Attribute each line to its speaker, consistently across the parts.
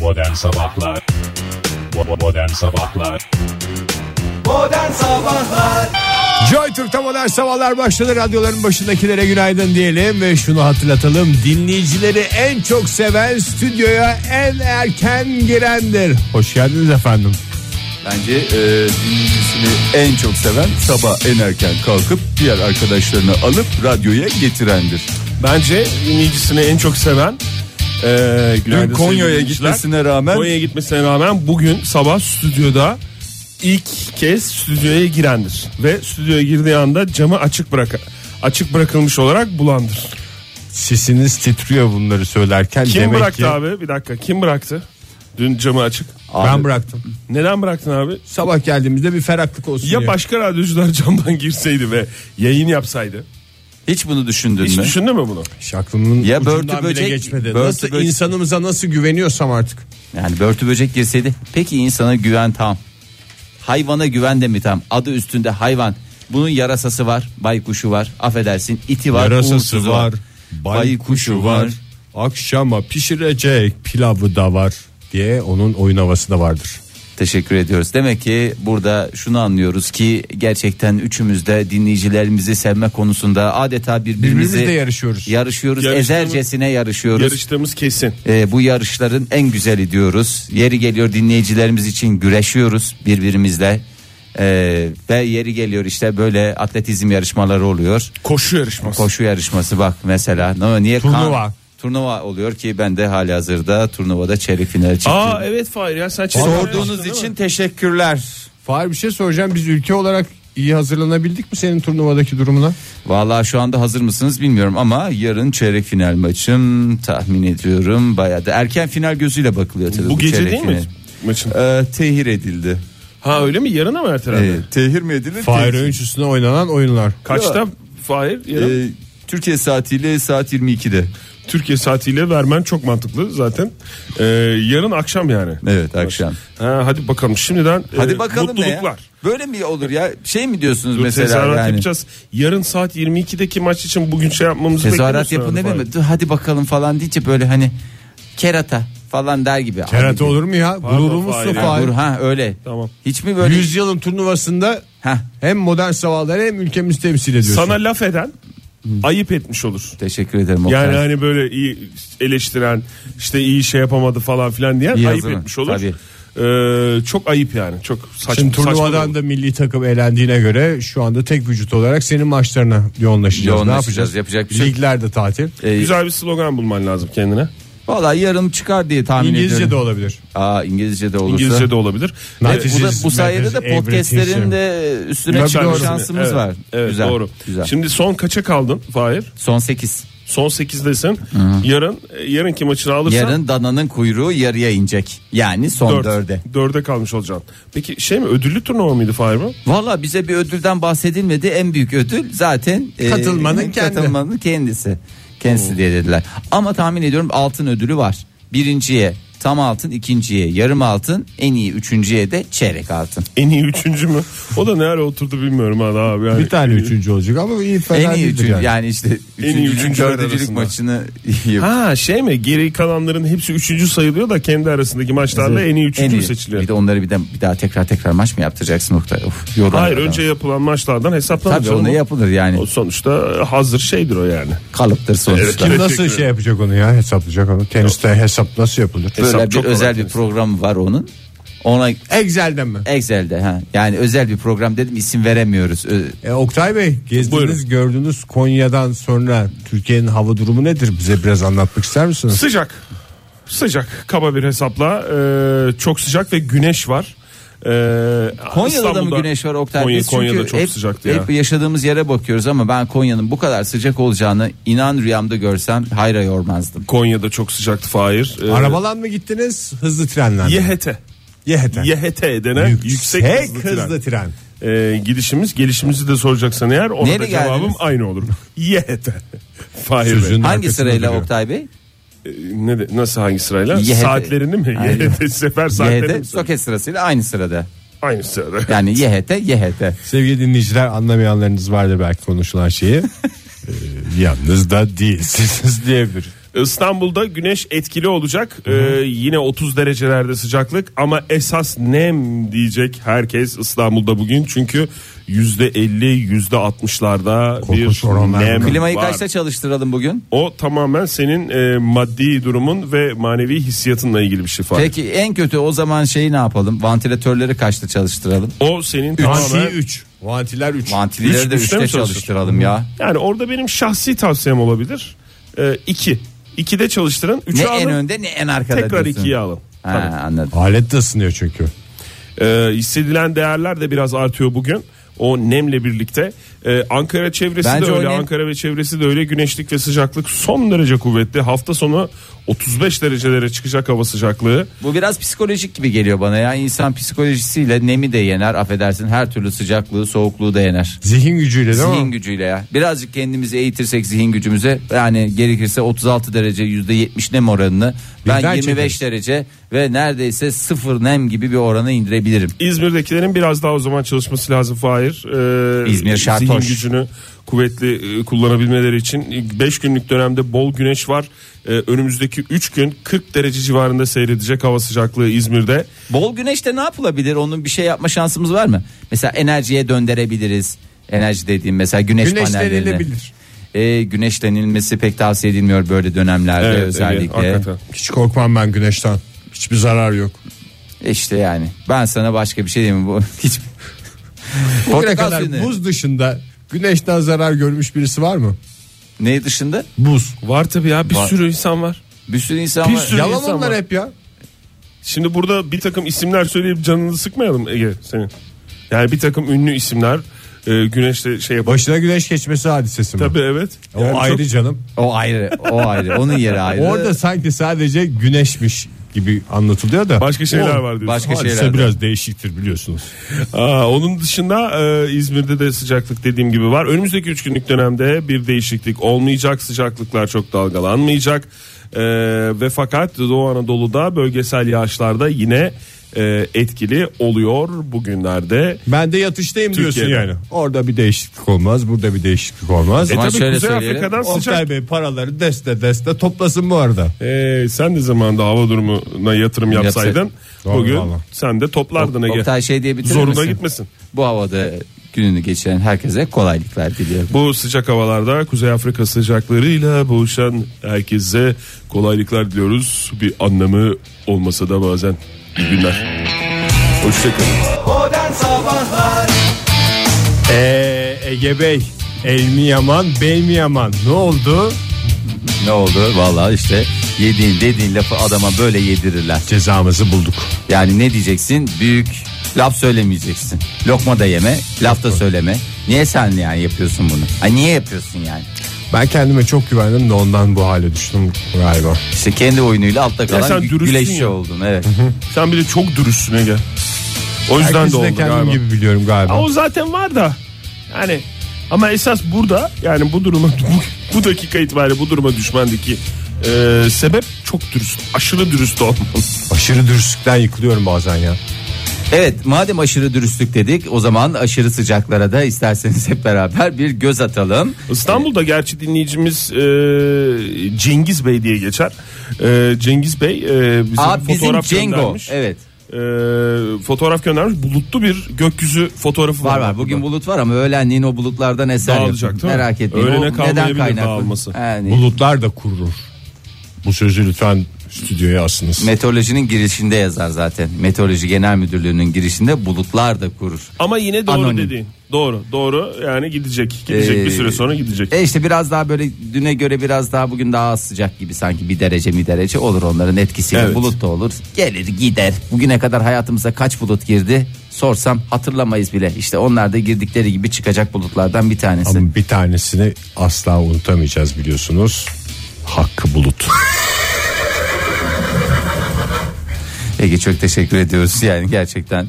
Speaker 1: Modern Sabahlar Bo- Modern Sabahlar
Speaker 2: Modern Sabahlar
Speaker 3: Joy Türk'te modern sabahlar başladı. Radyoların başındakilere günaydın diyelim ve şunu hatırlatalım. Dinleyicileri en çok seven stüdyoya en erken girendir. Hoş geldiniz efendim.
Speaker 2: Bence e, dinleyicisini en çok seven sabah en erken kalkıp diğer arkadaşlarını alıp radyoya getirendir.
Speaker 4: Bence dinleyicisini en çok seven eee günaydın
Speaker 2: Dün Konya'ya
Speaker 4: sevgili dinleyiciler.
Speaker 2: gitmesine rağmen
Speaker 4: Konya'ya gitmesine rağmen bugün sabah stüdyoda ilk kez stüdyoya girendir ve stüdyoya girdiği anda camı açık bırak açık bırakılmış olarak bulandır.
Speaker 3: Sesiniz titriyor bunları söylerken.
Speaker 4: Kim
Speaker 3: Demek
Speaker 4: bıraktı
Speaker 3: ki
Speaker 4: abi? Bir dakika. Kim bıraktı? Dün camı açık.
Speaker 3: Ben bıraktım.
Speaker 4: Neden bıraktın abi?
Speaker 3: Sabah geldiğimizde bir ferahlık olsun
Speaker 4: Ya
Speaker 3: diye.
Speaker 4: başka radyocular camdan girseydi ve yayın yapsaydı.
Speaker 2: hiç bunu düşündün
Speaker 4: Hiç
Speaker 2: mü?
Speaker 4: düşündün mü bunu?
Speaker 3: Hiç aklımın
Speaker 2: Ya
Speaker 3: ucundan
Speaker 2: börtü
Speaker 3: bile
Speaker 2: böcek-
Speaker 3: geçmedi.
Speaker 2: börtü
Speaker 3: nasıl
Speaker 2: böcek-
Speaker 3: insanımıza nasıl güveniyorsam artık.
Speaker 2: yani börtü böcek girseydi peki insana güven tam. Hayvana güven de mi tam? Adı üstünde hayvan. Bunun yarasası var, baykuşu var, affedersin iti var, uğursuzu baykuşu var.
Speaker 3: Akşama pişirecek pilavı da var diye onun oyun havası da vardır.
Speaker 2: Teşekkür ediyoruz. Demek ki burada şunu anlıyoruz ki gerçekten üçümüz de dinleyicilerimizi sevme konusunda adeta birbirimizi
Speaker 3: Birbirimizle yarışıyoruz.
Speaker 2: yarışıyoruz.
Speaker 4: Yarıştığımız-
Speaker 2: Ezercesine yarışıyoruz.
Speaker 4: Yarıştığımız kesin.
Speaker 2: Ee, bu yarışların en güzeli diyoruz. Yeri geliyor dinleyicilerimiz için güreşiyoruz birbirimizle. Ee, ve yeri geliyor işte böyle atletizm yarışmaları oluyor.
Speaker 4: Koşu yarışması.
Speaker 2: Koşu yarışması bak mesela. Ne- Niye kan-
Speaker 3: Turnuva.
Speaker 2: Turnuva oluyor ki ben de hali hazırda turnuvada çeyrek finale çıktım.
Speaker 4: Aa evet Fahir ya sen çeyrek
Speaker 2: Sorduğunuz
Speaker 4: yarıştın değil mi?
Speaker 2: için teşekkürler.
Speaker 3: Fahir bir şey soracağım biz ülke olarak iyi hazırlanabildik mi senin turnuvadaki durumuna?
Speaker 2: Vallahi şu anda hazır mısınız bilmiyorum ama yarın çeyrek final maçım tahmin ediyorum bayağı da erken final gözüyle bakılıyor tabii
Speaker 4: Bu gece
Speaker 2: çeyrek
Speaker 4: değil mi
Speaker 2: final.
Speaker 4: maçın?
Speaker 2: Ee, tehir edildi.
Speaker 4: Ha öyle mi? Yarına mı ertelendi?
Speaker 2: Ee, tehir mi edildi?
Speaker 3: Fahir
Speaker 2: Tehir-
Speaker 3: öncüsüne oynanan oyunlar.
Speaker 4: Kaçta Fahir? Yarın?
Speaker 2: Ee, Türkiye saatiyle saat 22'de.
Speaker 4: Türkiye saatiyle vermen çok mantıklı zaten. Ee, yarın akşam yani.
Speaker 2: Evet akşam.
Speaker 4: Ha, hadi bakalım şimdiden
Speaker 2: Hadi
Speaker 4: e,
Speaker 2: bakalım ne ya?
Speaker 4: mutluluklar.
Speaker 2: Böyle mi olur ya? Şey mi diyorsunuz
Speaker 4: Dur,
Speaker 2: mesela
Speaker 4: tezahürat
Speaker 2: yani?
Speaker 4: yapacağız. Yarın saat 22'deki maç için bugün şey yapmamızı
Speaker 2: Tezahürat yapın
Speaker 4: bekliyorsun
Speaker 2: değil
Speaker 4: herhalde
Speaker 2: mi? Dur, Hadi bakalım falan deyince böyle hani kerata falan der gibi.
Speaker 3: Kerata olur mu ya?
Speaker 4: Pardon,
Speaker 3: Gururumuzsun
Speaker 4: Fahir.
Speaker 2: Ha,
Speaker 3: Fahir.
Speaker 2: dur, ha öyle.
Speaker 4: Tamam.
Speaker 2: Hiç mi böyle?
Speaker 3: Yüzyılın turnuvasında
Speaker 2: Heh.
Speaker 3: hem modern sabahları hem ülkemizi temsil ediyorsun.
Speaker 4: Sana laf eden ayıp etmiş olur.
Speaker 2: Teşekkür ederim. Oktay.
Speaker 4: Yani hani böyle iyi eleştiren işte iyi şey yapamadı falan filan diyen
Speaker 2: İyi
Speaker 4: ayıp
Speaker 2: hazırlan.
Speaker 4: etmiş olur.
Speaker 2: Tabii.
Speaker 4: Ee, çok ayıp yani. Çok saçma.
Speaker 3: Şimdi
Speaker 4: saçma
Speaker 3: turnuvadan
Speaker 4: olur.
Speaker 3: da milli takım eğlendiğine göre şu anda tek vücut olarak senin maçlarına yoğunlaşacağız.
Speaker 2: Yoğunlaşacağız,
Speaker 3: Ne yapacağız?
Speaker 2: yapacak bir şey yok.
Speaker 3: Ligler de tatil.
Speaker 2: Ee,
Speaker 4: Güzel bir slogan bulman lazım kendine.
Speaker 2: Vallahi yarın çıkar diye tahmin
Speaker 3: İngilizce de
Speaker 2: ediyorum.
Speaker 3: olabilir.
Speaker 2: Aa İngilizce de olursa.
Speaker 4: İngilizce de olabilir.
Speaker 2: Ve
Speaker 3: Not
Speaker 2: bu, da,
Speaker 3: is
Speaker 2: bu sayede
Speaker 3: matters,
Speaker 2: de podcastlerin de üstüne
Speaker 3: Tabii
Speaker 2: çıkma
Speaker 3: doğru.
Speaker 2: şansımız
Speaker 4: Evet,
Speaker 2: var.
Speaker 4: Evet,
Speaker 2: güzel.
Speaker 4: doğru.
Speaker 2: Güzel.
Speaker 4: Şimdi son kaça kaldın Fahir?
Speaker 2: Son 8.
Speaker 4: Son 8'desin. Yarın e, yarınki maçını alırsan
Speaker 2: Yarın dananın kuyruğu yarıya inecek. Yani son
Speaker 4: dört.
Speaker 2: 4'e.
Speaker 4: Dörde kalmış olacaksın. Peki şey mi ödüllü turnuva mıydı Fahir mi?
Speaker 2: Valla bize bir ödülden bahsedilmedi. En büyük ödül zaten e,
Speaker 3: Katılmanın kendi.
Speaker 2: katılmanın kendisi. Kendisi diye dediler. Ama tahmin ediyorum altın ödülü var. Birinciye tam altın, ikinciye yarım altın, en iyi üçüncüye de çeyrek altın.
Speaker 4: En iyi üçüncü mü? O da nerede oturdu bilmiyorum hala abi. Yani.
Speaker 3: Bir tane üçüncü olacak ama iyi fena
Speaker 2: en iyi
Speaker 3: değildir
Speaker 2: üçüncü yani,
Speaker 3: yani.
Speaker 2: işte
Speaker 4: En iyi üçüncüler
Speaker 2: üçüncü, dördüncülük
Speaker 4: arasında.
Speaker 2: maçını yapıyor.
Speaker 4: Ha şey mi geri kalanların hepsi üçüncü sayılıyor da kendi arasındaki maçlarda en iyi
Speaker 2: En
Speaker 4: üçüncü
Speaker 2: iyi.
Speaker 4: seçiliyor.
Speaker 2: Bir de onları bir, de, bir daha tekrar tekrar maç mı yaptıracaksın Oktay? Of, yorulur
Speaker 4: Hayır
Speaker 2: adam.
Speaker 4: önce yapılan maçlardan hesaplanır.
Speaker 2: Tabii onu yapılır yani.
Speaker 4: O sonuçta hazır şeydir o yani.
Speaker 2: Kalıptır sonuçta.
Speaker 4: Evet,
Speaker 3: Kim
Speaker 4: teşekkür
Speaker 3: nasıl
Speaker 4: ederim.
Speaker 3: şey yapacak onu ya hesaplayacak onu. Teniste hesap nasıl yapılır?
Speaker 4: Hesap
Speaker 2: Böyle bir
Speaker 4: çok
Speaker 2: özel
Speaker 4: kolay
Speaker 2: bir
Speaker 4: tenis.
Speaker 2: program var onun. Ona
Speaker 3: Excel'den mi?
Speaker 2: Excel'de ha. Yani özel bir program dedim isim veremiyoruz. Ö-
Speaker 3: E, Oktay Bey gezdiğiniz
Speaker 4: Buyurun.
Speaker 3: gördüğünüz Konya'dan sonra Türkiye'nin hava durumu nedir? Bize biraz anlatmak ister misiniz?
Speaker 4: Sıcak. Sıcak. Kaba bir hesapla. e, çok sıcak ve güneş var. E,
Speaker 2: Konya'da da
Speaker 4: İstanbul'da-
Speaker 2: mı güneş var Oktay?
Speaker 4: Konya,
Speaker 2: Biz çünkü
Speaker 4: Konya'da çok
Speaker 2: hep,
Speaker 4: sıcaktı ya.
Speaker 2: Hep yaşadığımız yere bakıyoruz ama ben Konya'nın bu kadar sıcak olacağını inan rüyamda görsem hayra yormazdım.
Speaker 4: Konya'da çok sıcaktı Fahir.
Speaker 2: Ee,
Speaker 4: E,
Speaker 3: Arabalan mı gittiniz? Hızlı trenle. mi?
Speaker 4: YHT.
Speaker 3: Yeheten.
Speaker 4: YHT denen yüksek, hızlı, tren.
Speaker 3: tren.
Speaker 4: E, gidişimiz gelişimizi de soracaksan eğer ona
Speaker 2: Nereye
Speaker 4: da cevabım
Speaker 2: geldiniz?
Speaker 4: aynı olur. YHT. Fahir Bey.
Speaker 3: Sözün
Speaker 2: Hangi
Speaker 3: arkasında
Speaker 2: sırayla
Speaker 3: duruyor.
Speaker 2: Oktay Bey?
Speaker 4: E, ne de- nasıl hangi sırayla?
Speaker 2: YHT.
Speaker 4: Saatlerini mi?
Speaker 2: Hayır.
Speaker 4: YHT sefer saatlerini mi?
Speaker 2: YHT soket sırasıyla aynı sırada.
Speaker 4: Aynı sırada.
Speaker 2: Yani YHT YHT.
Speaker 3: Sevgili dinleyiciler anlamayanlarınız vardır belki konuşulan şeyi. Ee, yalnız da değilsiniz diyebilir.
Speaker 4: İstanbul'da güneş etkili olacak. Ee, yine 30 derecelerde sıcaklık ama esas nem diyecek herkes İstanbul'da bugün. Çünkü %50 %60'larda
Speaker 3: Korkunç
Speaker 4: bir
Speaker 3: oranlar.
Speaker 4: nem
Speaker 2: Klimayı
Speaker 4: var.
Speaker 2: kaçta çalıştıralım bugün?
Speaker 4: O tamamen senin e, maddi durumun ve manevi hissiyatınla ilgili bir şey Fahir.
Speaker 2: Peki en kötü o zaman şeyi ne yapalım? Vantilatörleri kaçta çalıştıralım?
Speaker 4: O senin
Speaker 3: Vantiler
Speaker 4: tamamen
Speaker 3: 3. Vantiler 3.
Speaker 2: Vantilatörleri
Speaker 4: Üç-
Speaker 2: de
Speaker 4: üçte mi
Speaker 2: 3'te
Speaker 4: çalıştır?
Speaker 2: çalıştıralım ya.
Speaker 4: yani orada benim şahsi tavsiyem olabilir. Ee, 2. 2'de çalıştırın. 3'ü
Speaker 2: Ne en
Speaker 4: alın.
Speaker 2: önde ne en arkada
Speaker 4: Tekrar
Speaker 2: diyorsun.
Speaker 4: 2'yi alın.
Speaker 2: Ha,
Speaker 4: Tabii.
Speaker 2: anladım.
Speaker 3: Alet de ısınıyor çünkü.
Speaker 4: Ee, hissedilen değerler de biraz artıyor bugün. O nemle birlikte. Ee, Ankara çevresi
Speaker 2: Bence
Speaker 4: de
Speaker 2: o
Speaker 4: öyle.
Speaker 2: nem-
Speaker 4: Ankara ve çevresi de öyle. Güneşlik ve sıcaklık son derece kuvvetli. Hafta sonu 35 derecelere çıkacak hava sıcaklığı.
Speaker 2: Bu biraz psikolojik gibi geliyor bana ya. İnsan psikolojisiyle nemi de yener affedersin. Her türlü sıcaklığı soğukluğu da yener.
Speaker 3: Zihin gücüyle değil
Speaker 2: Zihin
Speaker 3: mi?
Speaker 2: gücüyle ya. Birazcık kendimizi eğitirsek zihin gücümüze yani gerekirse 36 derece %70 nem oranını ben
Speaker 3: Birden
Speaker 2: 25
Speaker 3: çekeriz.
Speaker 2: derece ve neredeyse sıfır nem gibi bir orana indirebilirim.
Speaker 4: İzmir'dekilerin biraz daha o zaman çalışması lazım Fahir. Ee,
Speaker 2: İzmir şartoş.
Speaker 4: Zihin gücünü kuvvetli e, kullanabilmeleri için 5 günlük dönemde bol güneş var. Ee, önümüzdeki 3 gün 40 derece civarında seyredecek hava sıcaklığı İzmir'de.
Speaker 2: Bol güneşte ne yapılabilir? Onun bir şey yapma şansımız var mı? Mesela enerjiye döndürebiliriz. Enerji dediğim mesela güneş panellerini.
Speaker 3: Güneşlenilebilir.
Speaker 2: E, güneşlenilmesi pek tavsiye edilmiyor böyle dönemlerde
Speaker 4: Evet,
Speaker 2: özellikle.
Speaker 4: evet, Ee, hakikaten.
Speaker 3: Hiç korkmam ben güneşten. Hiçbir zarar yok.
Speaker 2: İşte yani ben sana başka bir şey diyeyim mi? bu hiç.
Speaker 3: Bugüne
Speaker 2: Portakal
Speaker 3: kadar
Speaker 2: suyunu-
Speaker 3: buz dışında güneşten zarar görmüş birisi var mı?
Speaker 2: Ne dışında?
Speaker 3: Buz.
Speaker 4: Var tabii ya bir
Speaker 2: Var.
Speaker 4: sürü insan var.
Speaker 2: Bir sürü insan
Speaker 4: Bir
Speaker 2: var.
Speaker 4: sürü-
Speaker 3: Yalan
Speaker 4: insan
Speaker 3: onlar
Speaker 4: var.
Speaker 3: hep ya.
Speaker 4: Şimdi burada bir takım isimler söyleyip canını sıkmayalım Ege senin. Yani bir takım ünlü isimler e, güneşle şey yapar.
Speaker 3: Başına güneş geçmesi hadisesi mi?
Speaker 4: Tabii evet.
Speaker 3: O
Speaker 4: Yani çok-
Speaker 3: ayrı canım.
Speaker 2: O ayrı, o ayrı. Onun yeri ayrı.
Speaker 3: Orada sanki sadece güneşmiş gibi anlatılıyor da.
Speaker 4: Başka şeyler
Speaker 3: O
Speaker 4: var diyorsun.
Speaker 2: Başka
Speaker 3: hadise
Speaker 2: şeyler.
Speaker 3: biraz değişiktir biliyorsunuz.
Speaker 4: Aa, onun dışında e, İzmir'de de sıcaklık dediğim gibi var. Önümüzdeki 3 günlük dönemde bir değişiklik olmayacak. Sıcaklıklar çok dalgalanmayacak. E, ve fakat Doğu Anadolu'da bölgesel yağışlarda yine e, etkili oluyor bugünlerde.
Speaker 3: Ben de yatıştayım diyorsun
Speaker 4: Türkiye'de.
Speaker 3: yani. Orada bir değişiklik olmaz, burada bir değişiklik olmaz.
Speaker 4: E
Speaker 2: Ama
Speaker 4: tabii
Speaker 2: şöyle
Speaker 4: Kuzey
Speaker 2: söyleyelim.
Speaker 4: Afrika'dan sıcak
Speaker 3: Oktay Bey paraları deste deste toplasın bu arada.
Speaker 4: Ee, sen de zamanında hava durumuna yatırım yapsaydın
Speaker 2: Yapsaydım.
Speaker 3: Doğru,
Speaker 4: bugün
Speaker 3: valla.
Speaker 4: sen de toplardın Ege.
Speaker 2: Oktay şey diye bitirir
Speaker 4: Zoruna
Speaker 2: misin?
Speaker 4: gitmesin.
Speaker 2: Bu havada gününü geçiren herkese kolaylıklar diliyorum.
Speaker 4: Bu sıcak havalarda Kuzey Afrika sıcaklarıyla boğuşan herkese kolaylıklar diliyoruz. Bir anlamı olmasa da bazen İyi günler. Hoşçakalın.
Speaker 3: Ee, Ege Bey, el mi yaman, bey mi yaman? Ne oldu?
Speaker 2: Ne oldu? Vallahi işte yediğin dediğin lafı adama böyle yedirirler.
Speaker 3: Cezamızı bulduk.
Speaker 2: Yani ne diyeceksin? Büyük laf söylemeyeceksin. Lokma da yeme, laf da söyleme. Niye sen yani yapıyorsun bunu? Ay niye yapıyorsun yani?
Speaker 3: Ben kendime çok güvendim de ondan bu hale düştüm galiba.
Speaker 2: İşte kendi oyunuyla altta kalan
Speaker 4: sen
Speaker 2: gü-
Speaker 4: dürüstsün
Speaker 2: güleşçi
Speaker 4: ya.
Speaker 2: oldun. Evet.
Speaker 4: Sen bir de çok dürüstsün Ege. O yüzden
Speaker 3: Herkesi
Speaker 4: de oldu
Speaker 3: de kendim
Speaker 4: galiba.
Speaker 3: gibi biliyorum galiba.
Speaker 4: Ha, o zaten var da yani ama esas burada yani bu duruma bu, bu dakika itibariyle bu duruma düşmendeki e, sebep çok dürüst aşırı dürüst olmam.
Speaker 3: Aşırı dürüstlükten yıkılıyorum bazen ya.
Speaker 2: Evet madem aşırı dürüstlük dedik o zaman aşırı sıcaklara da isterseniz hep beraber bir göz atalım.
Speaker 4: İstanbul'da gerçi dinleyicimiz e, Cengiz Bey diye geçer. E, Cengiz Bey e, bize
Speaker 2: Aa,
Speaker 4: bir
Speaker 2: bizim
Speaker 4: fotoğraf
Speaker 2: Cengo.
Speaker 4: göndermiş.
Speaker 2: Evet
Speaker 4: E, fotoğraf göndermiş. Bulutlu bir gökyüzü fotoğrafı var.
Speaker 2: var var bugün bulut var ama öğlenliğin o bulutlardan eser yok.
Speaker 4: Dağılacak, değil mi?
Speaker 2: Merak etmeyin.
Speaker 4: Öğlene
Speaker 2: o neden
Speaker 4: kalmayabilir
Speaker 2: kaynaklı?
Speaker 4: dağılması.
Speaker 2: Yani
Speaker 3: Bulutlar da kurur. Bu sözü lütfen stüdyoya asınız.
Speaker 2: meteorolojinin girişinde yazar zaten. Meteoroloji Genel Müdürlüğü'nün girişinde bulutlar da kurur.
Speaker 4: Ama yine doğru
Speaker 2: Anonim.
Speaker 4: dediğin. Doğru doğru yani gidecek. Gidecek
Speaker 2: Ee,
Speaker 4: bir süre sonra gidecek.
Speaker 2: E işte biraz daha böyle düne göre biraz daha bugün daha az sıcak gibi sanki bir derece bir derece olur onların etkisiyle
Speaker 4: Evet.
Speaker 2: bulut da olur gelir gider. Bugüne kadar hayatımıza kaç bulut girdi sorsam hatırlamayız bile işte onlar da girdikleri gibi çıkacak bulutlardan bir tanesi.
Speaker 3: Ama bir tanesini asla unutamayacağız biliyorsunuz. Hakkı Bulut.
Speaker 2: Ege çok teşekkür ediyoruz yani gerçekten.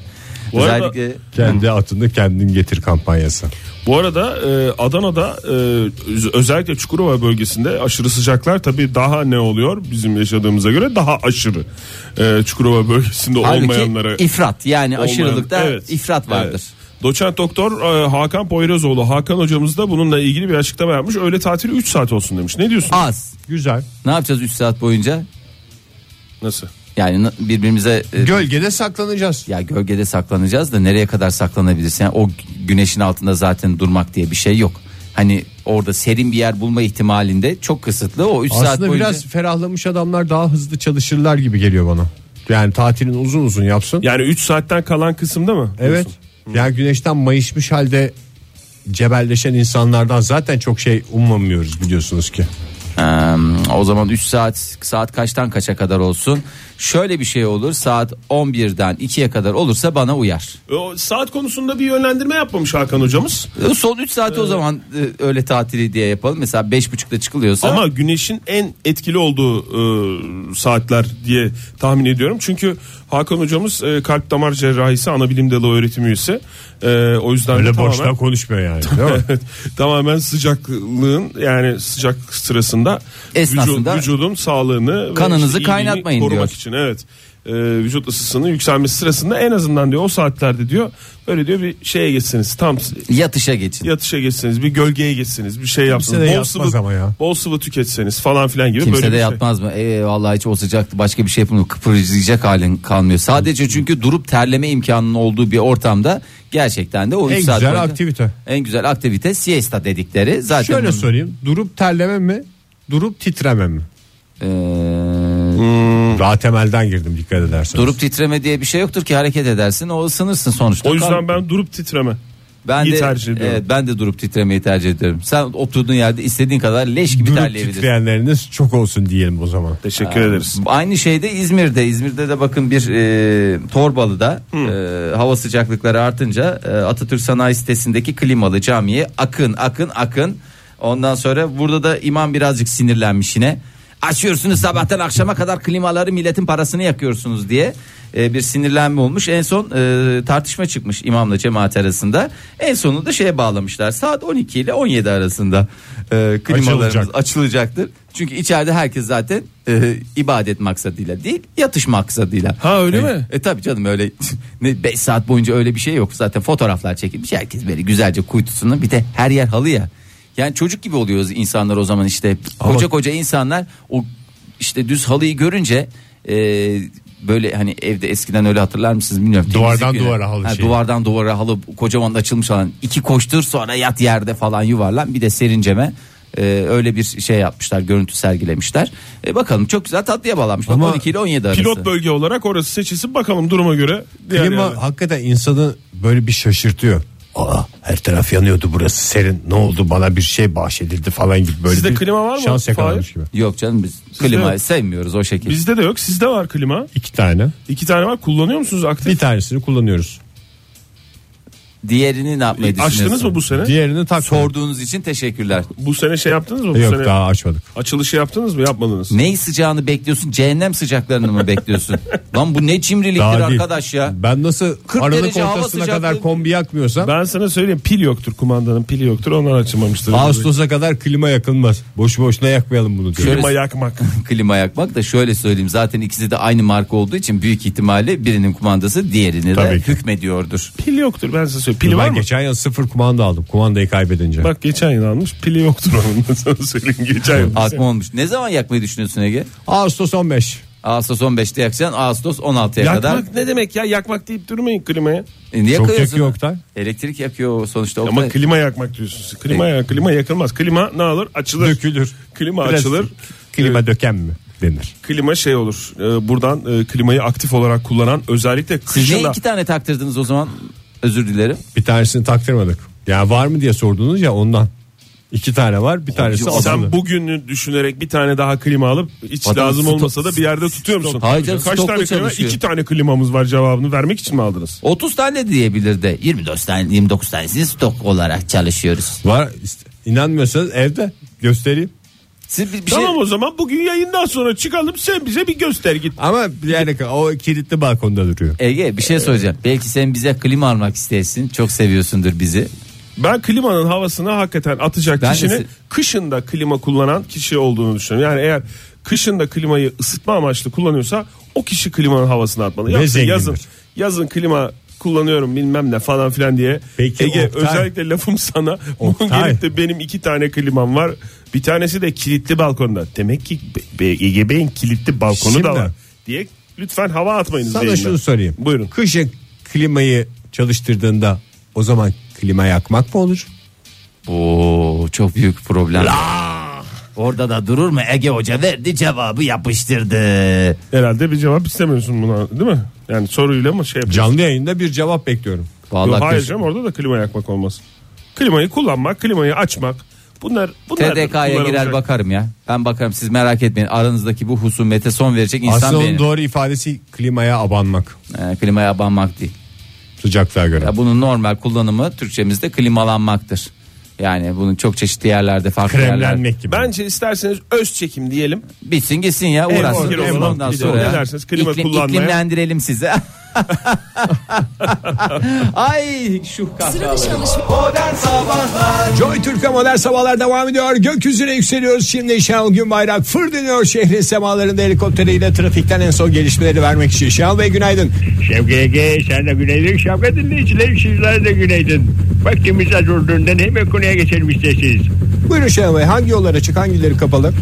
Speaker 4: Bu arada-
Speaker 2: Özellikle
Speaker 3: Kendi atını kendin getir kampanyası.
Speaker 4: Bu arada e, Adana'da e, öz- özellikle Çukurova bölgesinde aşırı sıcaklar tabii daha ne oluyor bizim yaşadığımıza göre daha aşırı. E, Çukurova bölgesinde
Speaker 2: halbuki
Speaker 4: olmayanlara
Speaker 2: ifrat yani
Speaker 4: olmayan-
Speaker 2: aşırılıkta
Speaker 4: Evet.
Speaker 2: ifrat vardır.
Speaker 4: Evet. Doçent doktor e, Hakan Poyrazoğlu Hakan hocamız da bununla ilgili bir açıklama yapmış. Öğle tatili 3 saat olsun demiş. Ne diyorsun?
Speaker 2: Az.
Speaker 3: Güzel.
Speaker 2: Ne yapacağız 3 saat boyunca?
Speaker 4: Nasıl?
Speaker 2: Yani n- birbirimize e,
Speaker 3: Gölgede saklanacağız.
Speaker 2: ya gölgede saklanacağız da nereye kadar saklanabilirsin? Yani o güneşin altında zaten durmak diye bir şey yok. Hani orada serin bir yer bulma ihtimalinde çok kısıtlı. O 3 saat
Speaker 3: Aslında
Speaker 2: boyunca
Speaker 3: biraz ferahlamış adamlar daha hızlı çalışırlar gibi geliyor bana. Yani tatilini uzun uzun yapsın.
Speaker 4: Yani 3 saatten kalan kısımda mı?
Speaker 3: evet.
Speaker 4: diyorsun?
Speaker 3: Yani güneşten mayışmış halde cebelleşen insanlardan zaten çok şey ummamıyoruz biliyorsunuz ki.
Speaker 2: Eee, Hmm, o zaman 3 saat saat kaçtan kaça kadar olsun? Şöyle bir şey olur. Saat 11'den 2'ye kadar olursa bana uyar.
Speaker 4: E, O saat konusunda bir yönlendirme yapmamış Hakan hocamız.
Speaker 2: E, Son 3 saati
Speaker 3: Ee,
Speaker 2: o zaman e, öğle tatili diye yapalım. Mesela 5.30'da çıkılıyorsa
Speaker 4: Ama güneşin en etkili olduğu e, saatler diye tahmin ediyorum. Çünkü Hakan hocamız e, kalp damar cerrahisi ana bilim dalı öğretim üyesi. E, o yüzden de
Speaker 3: Öyle
Speaker 4: tamamen-
Speaker 3: boşta konuşmuyor yani. Değil mi?
Speaker 4: Evet, tamamen sıcaklığın yani sıcak sırasında
Speaker 2: Esnasında
Speaker 4: vücu- vücudun sağlığını ve
Speaker 2: kanınızı
Speaker 4: iyiliğini
Speaker 2: kaynatmayın
Speaker 4: korumak
Speaker 2: diyor.
Speaker 4: için evet. Ee, vücut ısısının yükselmesi sırasında en azından diyor o saatlerde diyor böyle diyor bir şeye geçseniz tam s-
Speaker 2: yatışa geçin.
Speaker 4: yatışa geçseniz bir gölgeye geçseniz bir şey yapsınız.
Speaker 3: de
Speaker 4: Bol
Speaker 3: yatmaz
Speaker 4: sıvı,
Speaker 3: ama ya.
Speaker 4: bol sıvı tüketseniz falan filan gibi
Speaker 2: Kimse
Speaker 4: böyle
Speaker 2: de
Speaker 4: bir şey.
Speaker 2: yatmaz mı? E, vallahi hiç o sıcakta başka bir şey yapmıyor. Kıpırcayacak halin kalmıyor. Sadece çünkü durup terleme imkanının olduğu bir ortamda gerçekten de o 3
Speaker 3: en
Speaker 2: saat
Speaker 3: güzel
Speaker 2: boyunca-
Speaker 3: aktivite.
Speaker 2: en güzel aktivite siesta dedikleri zaten.
Speaker 3: Şöyle söyleyeyim. Durup terleme mi? Durup titreme mi?
Speaker 2: Eee,
Speaker 3: Daha temelden girdim dikkat ederseniz.
Speaker 2: ee, durup titreme diye bir şey yoktur ki hareket edersin. O ısınırsın sonuçta.
Speaker 4: O yüzden
Speaker 2: Kalk-
Speaker 4: ben durup titreme.
Speaker 2: ben
Speaker 4: iyi
Speaker 2: de
Speaker 4: tercih ediyorum.
Speaker 2: evet, ben de durup titremeyi tercih ediyorum. Sen oturduğun yerde istediğin kadar leş gibi
Speaker 3: Durup
Speaker 2: terleyebilirsin.
Speaker 3: titreyenleriniz çok olsun diyelim o zaman.
Speaker 4: Teşekkür ederiz.
Speaker 2: Aynı şeyde İzmir'de İzmir'de de bakın bir e, Torbalı'da e, hava sıcaklıkları artınca e, Atatürk Sanayi sitesindeki klimalı camiye akın akın akın. Ondan sonra burada da imam birazcık sinirlenmiş yine. Açıyorsunuz sabahtan akşama kadar klimaları milletin parasını yakıyorsunuz diye e, bir sinirlenme olmuş. En son e, tartışma çıkmış imamla cemaat arasında. En sonunda şeye bağlamışlar. Saat 12 ile 17 arasında e, klimalarımız
Speaker 3: Açılacak.
Speaker 2: açılacaktır. Çünkü içeride herkes zaten e, ibadet maksadıyla değil yatış maksadıyla.
Speaker 4: Ha, öyle
Speaker 2: E,
Speaker 4: mi?
Speaker 2: E tabi canım öyle 5 saat boyunca öyle bir şey yok. Zaten fotoğraflar çekilmiş herkes böyle güzelce kuytusunu bir de her yer halı ya. Yani çocuk gibi oluyoruz insanlar o zaman işte. Koca koca insanlar o işte düz halıyı görünce e, böyle hani evde eskiden öyle hatırlar mısınız bilmiyorum.
Speaker 3: Duvardan
Speaker 2: Temizlik günü.
Speaker 3: duvara halı
Speaker 2: Ha,
Speaker 3: şeyi.
Speaker 2: Duvardan duvara halı kocaman açılmış alan. iki koştur sonra yat yerde falan yuvarlan bir de serinceme. e, öyle bir şey yapmışlar görüntü sergilemişler. E, bakalım çok güzel tatlıya bağlanmış. Bak,
Speaker 3: Ama
Speaker 2: 12 ile 17 arası.
Speaker 4: Pilot bölge olarak orası seçilsin bakalım duruma göre. diğer
Speaker 3: Klima
Speaker 4: yerler.
Speaker 3: hakikaten insanı böyle bir şaşırtıyor. Aa her taraf yanıyordu burası serin. Ne oldu bana bir şey bahşedildi falan gibi böyle
Speaker 4: Sizde
Speaker 3: bir
Speaker 4: klima var mı,
Speaker 3: şans yakalamış
Speaker 4: Fahir?
Speaker 3: gibi.
Speaker 2: Yok canım biz klimayı sevmiyoruz o şekilde.
Speaker 4: Bizde de yok sizde var klima.
Speaker 3: İki tane.
Speaker 4: İki tane var kullanıyor musunuz aktif?
Speaker 3: Bir tanesini kullanıyoruz.
Speaker 2: Diğerini ne
Speaker 3: E,
Speaker 2: yapmayı düşünüyorsun?
Speaker 4: Açtınız mı bu sene?
Speaker 3: Diğerini tak.
Speaker 2: Sorduğunuz için teşekkürler.
Speaker 4: Bu sene şey yaptınız mı? Bu
Speaker 3: Yok
Speaker 4: sene
Speaker 3: daha açmadık.
Speaker 4: açılışı yaptınız mı? Yapmadınız.
Speaker 2: Ney sıcağını bekliyorsun? Cehennem sıcaklarını mı bekliyorsun? Lan bu ne cimriliktir
Speaker 3: Daha değil.
Speaker 2: arkadaş ya.
Speaker 3: Ben nasıl
Speaker 2: 40
Speaker 3: Aralık
Speaker 2: derece hava
Speaker 3: ortasına
Speaker 2: sıcaklığı-
Speaker 3: kadar kombi yakmıyorsam
Speaker 4: Ben sana söyleyeyim pil yoktur kumandanın pili yoktur ondan açılmamıştır.
Speaker 3: Ağustos'a kadar klima yakılmaz. Boş boşuna yakmayalım bunu diyor.
Speaker 2: Şöyle-
Speaker 4: Klima yakmak.
Speaker 2: Klima yakmak da şöyle söyleyeyim zaten ikisi de aynı marka olduğu için büyük ihtimalle birinin kumandası diğerini de
Speaker 3: Tabii ki.
Speaker 2: hükmediyordur.
Speaker 4: Pil yoktur ben size söyleyeyim. Pili
Speaker 3: ben
Speaker 4: var mı?
Speaker 3: geçen yıl sıfır kumanda aldım. Kumandayı kaybedince.
Speaker 4: Bak geçen yıl almış pili yoktur onun da sana söyleyeyim geçen yıl.
Speaker 2: Akma olmuş. Ne zaman yakmayı düşünüyorsun Ege?
Speaker 3: Ağustos 15.
Speaker 2: Ağustos 15'te yakacaksın Ağustos 16'ya
Speaker 4: Yakmak
Speaker 2: kadar.
Speaker 4: ne demek ya yakmak deyip durmayın klimaya.
Speaker 2: E, niye
Speaker 3: Çok
Speaker 2: yakıyorsun?
Speaker 3: yakıyor Oktay.
Speaker 2: Elektrik yakıyor sonuçta.
Speaker 4: Ama
Speaker 2: Oktay.
Speaker 4: klima yakmak diyorsunuz. Klima, ya- klima yakılmaz. Klima ne olur? Açılır.
Speaker 3: Dökülür.
Speaker 4: Klima
Speaker 3: Biraz
Speaker 4: açılır.
Speaker 3: Klima döken mi denir.
Speaker 4: Klima şey olur. Ee, buradan e, klimayı aktif olarak kullanan özellikle
Speaker 2: Siz niye
Speaker 4: kışın da
Speaker 2: iki tane taktırdınız o zaman? Özür dilerim.
Speaker 3: Bir tanesini taktırmadık. Ya var mı diye sordunuz ya ondan. İki tane var bir tanesi
Speaker 2: yok.
Speaker 3: asılı.
Speaker 4: Sen bugünü düşünerek bir tane daha klima alıp hiç
Speaker 2: Adam
Speaker 4: lazım
Speaker 2: stok-
Speaker 4: olmasa da bir yerde tutuyor musun?
Speaker 2: Hayır canım,
Speaker 4: Kaç
Speaker 2: stokla
Speaker 4: tane klima?
Speaker 2: çalışıyor.
Speaker 4: İki tane klimamız var cevabını vermek için mi aldınız?
Speaker 2: 30 tane diyebilir de 24 tane 29 tanesini stok olarak çalışıyoruz.
Speaker 3: Var işte, inanmıyorsanız evde göstereyim.
Speaker 2: Siz bir, bir
Speaker 4: tamam
Speaker 2: şey
Speaker 4: o zaman bugün yayından sonra çıkalım sen bize bir göster git.
Speaker 3: Ama yani o kilitli balkonda duruyor.
Speaker 2: Ege bir
Speaker 4: Ee,
Speaker 2: şey soracağım. Belki sen bize klima almak isteyesin. Çok seviyorsundur bizi.
Speaker 4: Ben klimanın havasını hakikaten atacak
Speaker 2: Ben de
Speaker 4: kişinin
Speaker 2: se-
Speaker 4: kışında klima kullanan kişi olduğunu düşünüyorum. Yani eğer kışında klimayı ısıtma amaçlı kullanıyorsa o kişi klimanın havasını atmalı. Yoksa
Speaker 3: zengindir.
Speaker 4: yazın yazın klima kullanıyorum bilmem ne falan filan diye.
Speaker 3: Peki,
Speaker 4: Ege
Speaker 3: Oktay.
Speaker 4: özellikle lafım sana. Bugün
Speaker 3: Oktay.
Speaker 4: gelip de benim iki tane klimam var. Bir tanesi de kilitli balkonda. Demek ki Be- Be- Ege Bey'in kilitli balkonu
Speaker 3: Şimdi-
Speaker 4: da var diye lütfen hava atmayınız.
Speaker 3: Sana
Speaker 4: yayından.
Speaker 3: şunu sorayım.
Speaker 4: Buyurun.
Speaker 3: Kışın klimayı çalıştırdığında o zaman klima yakmak mı olur?
Speaker 2: Oo çok büyük problem. Orada da durur mu Ege Hoca verdi cevabı yapıştırdı.
Speaker 4: Herhalde bir cevap istemiyorsun buna değil mi? Yani soruyla mı şey yapıyorsun?
Speaker 3: Canlı yayında bir cevap bekliyorum.
Speaker 2: Vallahi
Speaker 4: Yok, hayır
Speaker 2: kız-
Speaker 4: canım orada da klima yakmak olmaz. Klimayı kullanmak, klimayı açmak. Bunlar bunlar
Speaker 2: TDK'ya girer
Speaker 4: kullanılacak.
Speaker 2: bakarım ya. Ben bakarım siz merak etmeyin. Aranızdaki bu husumete son verecek insan
Speaker 3: Aslında onun
Speaker 2: benim.
Speaker 3: doğru ifadesi klimaya abanmak.
Speaker 2: Ee, klimaya banmak değil.
Speaker 3: Sıcaklığa göre.
Speaker 2: Ya bunun normal kullanımı Türkçemizde klimalanmaktır. Yani bunun çok çeşitli yerlerde farklı yerlerde.
Speaker 3: Kremlenmek gibi.
Speaker 4: Bence isterseniz öz çekim diyelim.
Speaker 2: Bitsin gitsin ya uğraşsın.
Speaker 4: orkir o zaman.
Speaker 2: Ondan
Speaker 4: Bir de
Speaker 2: sonra
Speaker 4: ne
Speaker 2: ya.
Speaker 4: dersiniz, klima
Speaker 2: İklim-
Speaker 4: kullanmaya?
Speaker 2: iklimlendirelim sizi. Ay şu kahkahaları.
Speaker 3: Joy Türk'e modern sabahlar devam ediyor. Gökyüzüne yükseliyoruz. Şimdi Şenol Günbayrak fırlanıyor şehrin semalarında helikopteriyle trafikten en son gelişmeleri vermek için. Şenol Bey günaydın.
Speaker 5: Şevki Ege sen de günaydın. Şevki dinleyicilerim sizler de günaydın. Vaktimiz az olduğundan hemen konuya geçelim isterseniz.
Speaker 3: Buyurun Şenol Bey hangi yollar açık hangileri kapalı?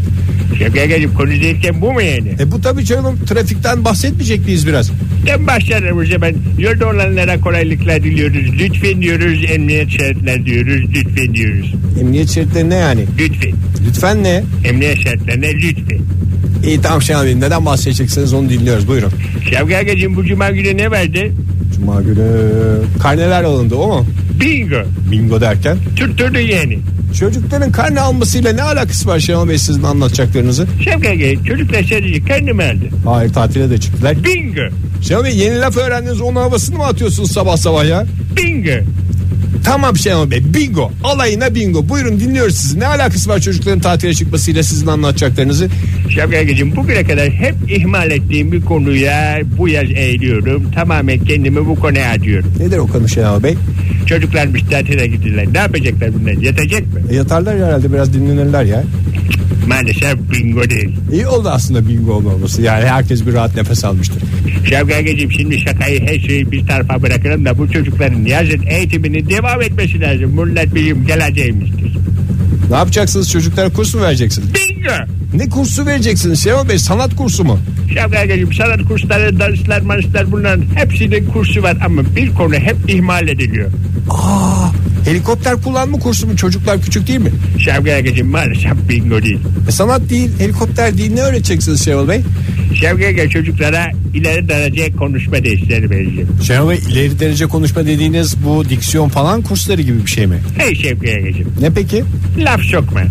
Speaker 5: Şevki Ege'ciğim konu değilken bu mu yani?
Speaker 3: E bu tabii canım trafikten bahsetmeyecek miyiz biraz?
Speaker 5: Ben başlarım o zaman. Yolda olanlara kolaylıklar diliyoruz. Lütfen diyoruz. Emniyet şeritler diyoruz. Lütfen diyoruz.
Speaker 3: Emniyet şeritleri ne yani?
Speaker 5: Lütfen.
Speaker 3: Lütfen ne?
Speaker 5: Emniyet şeritlerine lütfen.
Speaker 3: İyi tamam Şenol Bey neden bahsedeceksiniz onu dinliyoruz buyurun.
Speaker 5: Şevki Ege'ciğim bu cuma günü ne vardı?
Speaker 3: Cuma günü karneler alındı o mu?
Speaker 5: Bingo.
Speaker 3: Bingo derken.
Speaker 5: Tutturdu yani.
Speaker 3: Çocukların karne almasıyla ne alakası var Şenol Bey sizin anlatacaklarınızı?
Speaker 5: Şevki Ege çocuklar sadece karnımı aldı.
Speaker 3: Hayır tatile de çıktılar.
Speaker 5: Bingo.
Speaker 3: Şenol Bey yeni laf öğrendiniz onun havasını mı atıyorsunuz sabah sabah ya?
Speaker 5: Bingo.
Speaker 3: Tamam Şenol Bey bingo alayına bingo buyurun dinliyoruz sizi. Ne alakası var çocukların tatile çıkmasıyla sizin anlatacaklarınızı?
Speaker 5: Şevkacığım bugüne kadar hep ihmal ettiğim bir konuya bu yaz eğiliyorum. Tamamen kendimi bu konuya atıyorum.
Speaker 3: Nedir o konu Şenol Bey?
Speaker 5: Çocuklarmış tatile gittiler. Ne yapacaklar bunlar? Yatacak mı?
Speaker 3: E, yatarlar ya herhalde biraz dinlenirler ya.
Speaker 5: Maalesef bingo değil.
Speaker 3: İyi oldu aslında bingo olmaması yani herkes bir rahat nefes almıştır.
Speaker 5: Şevkacığım şimdi şakayı her şeyi bir tarafa bırakalım da bu çocukların yazın eğitimini devam etmesi lazım. Bunlar bizim geleceğimizdir.
Speaker 3: Ne yapacaksınız çocuklara kurs mu vereceksiniz?
Speaker 5: Bingo!
Speaker 3: Ne kursu vereceksiniz Şenol Bey sanat kursu mu?
Speaker 5: Şevkacığım sanat kursları, danslar, manslar bunların hepsinin kursu var ama bir konu hep ihmal ediliyor.
Speaker 3: Helikopter kullanma kursu mu çocuklar küçük değil mi?
Speaker 5: Şevkacığım maalesef bingo değil.
Speaker 3: E, sanat değil helikopter değil ne öğreteceksiniz Şenol Bey?
Speaker 5: Şevki Ege çocuklara ileri derece konuşma dersleri vereceğim.
Speaker 3: Şenol Bey ileri derece konuşma dediğiniz bu diksiyon falan kursları gibi bir şey mi?
Speaker 5: Hey Şevki Ege'ciğim
Speaker 3: Ne peki?
Speaker 5: laf sokma.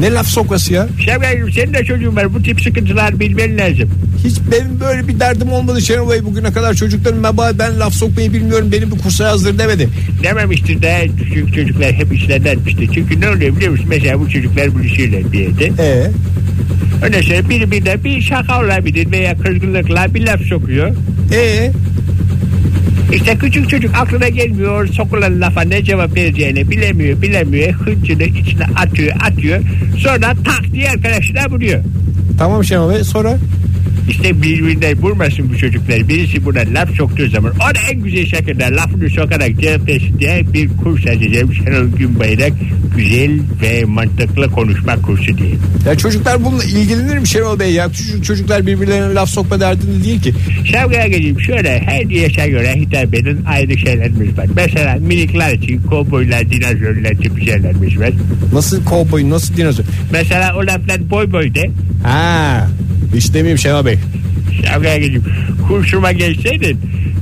Speaker 3: Ne laf sokması ya?
Speaker 5: Şevki Ege'ciğim senin de çocuğun var bu tip sıkıntılar bilmen lazım.
Speaker 3: Hiç benim böyle bir derdim olmadı Şenol Bey bugüne kadar çocukların baba ben laf sokmayı bilmiyorum beni bir kursa yazdır demedi.
Speaker 5: Dememiştir de çünkü çocuklar hep işlerdenmişti. Çünkü ne oluyor biliyor musun? Mesela bu çocuklar buluşuyorlar bir yerde.
Speaker 3: E
Speaker 5: Ondan sonra biri şey bir de bir şaka olabilir veya kızgınlıkla bir laf sokuyor.
Speaker 3: e
Speaker 5: İşte küçük çocuk aklına gelmiyor sokulan lafa ne cevap vereceğini bilemiyor bilemiyor. Hıncını içine atıyor atıyor. Sonra tak diye arkadaşına vuruyor.
Speaker 3: tamam Şenol Bey sonra
Speaker 5: İşte birbirine vurmasın bu çocuklar. Birisi buna laf soktuğu zaman o da en güzel şekilde lafını sokarak cevap versin diye bir kurs açacağım. Şenol Günbayrak güzel ve mantıklı konuşma kursu diye.
Speaker 3: ya çocuklar bununla ilgilenir mi Şenol Bey ya Çocuk- çocuklar birbirlerine laf sokma derdinde değil ki.
Speaker 5: Şevkaya geleyim şöyle her yaşa göre hitap eden ayrı şeylerimiz var. Mesela minikler için kovboylar, dinozorlar tipi şeylerimiz var.
Speaker 3: Nasıl kovboy nasıl dinozor?
Speaker 5: Mesela o laflar boy boy de.
Speaker 3: Ha işte miyim Şenol Bey?
Speaker 5: Şevkaya geleyim kursuma gelseydin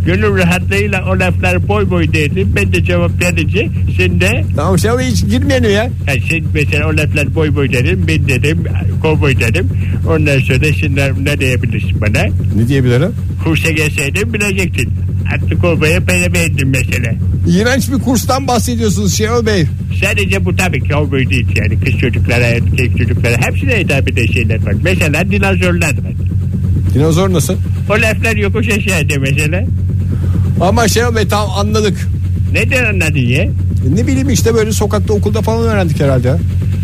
Speaker 5: gönül rahatlığıyla o laflar boy boy derdim. Ben de cevap verince sen de
Speaker 3: Tamam Şenol Bey hiç girmeyelim ya.
Speaker 5: Yani sen mesela o laflar boy boy dedim, ben dedim, kovboy dedim. Ondan sonra da şimdi ne diyebilirsin bana?
Speaker 3: Ne diyebilirim?
Speaker 5: Kursa gelseydin bilecektin. Atlı kovboya para verdim mesela.
Speaker 3: İğrenç bir kurstan bahsediyorsunuz Şenol Bey.
Speaker 5: Sadece bu tabii kovboy değil yani kız çocuklara, erkek çocuklara hepsine hitap eden şeyler var. Mesela dinozorlar var.
Speaker 3: Dinozor nasıl?
Speaker 5: O laflar yokuş aşağıda mesela.
Speaker 3: Ama Şenol Bey tamam anladık.
Speaker 5: Neden anladın ya?
Speaker 3: E, Ne bileyim işte böyle sokakta okulda falan öğrendik herhalde. ya.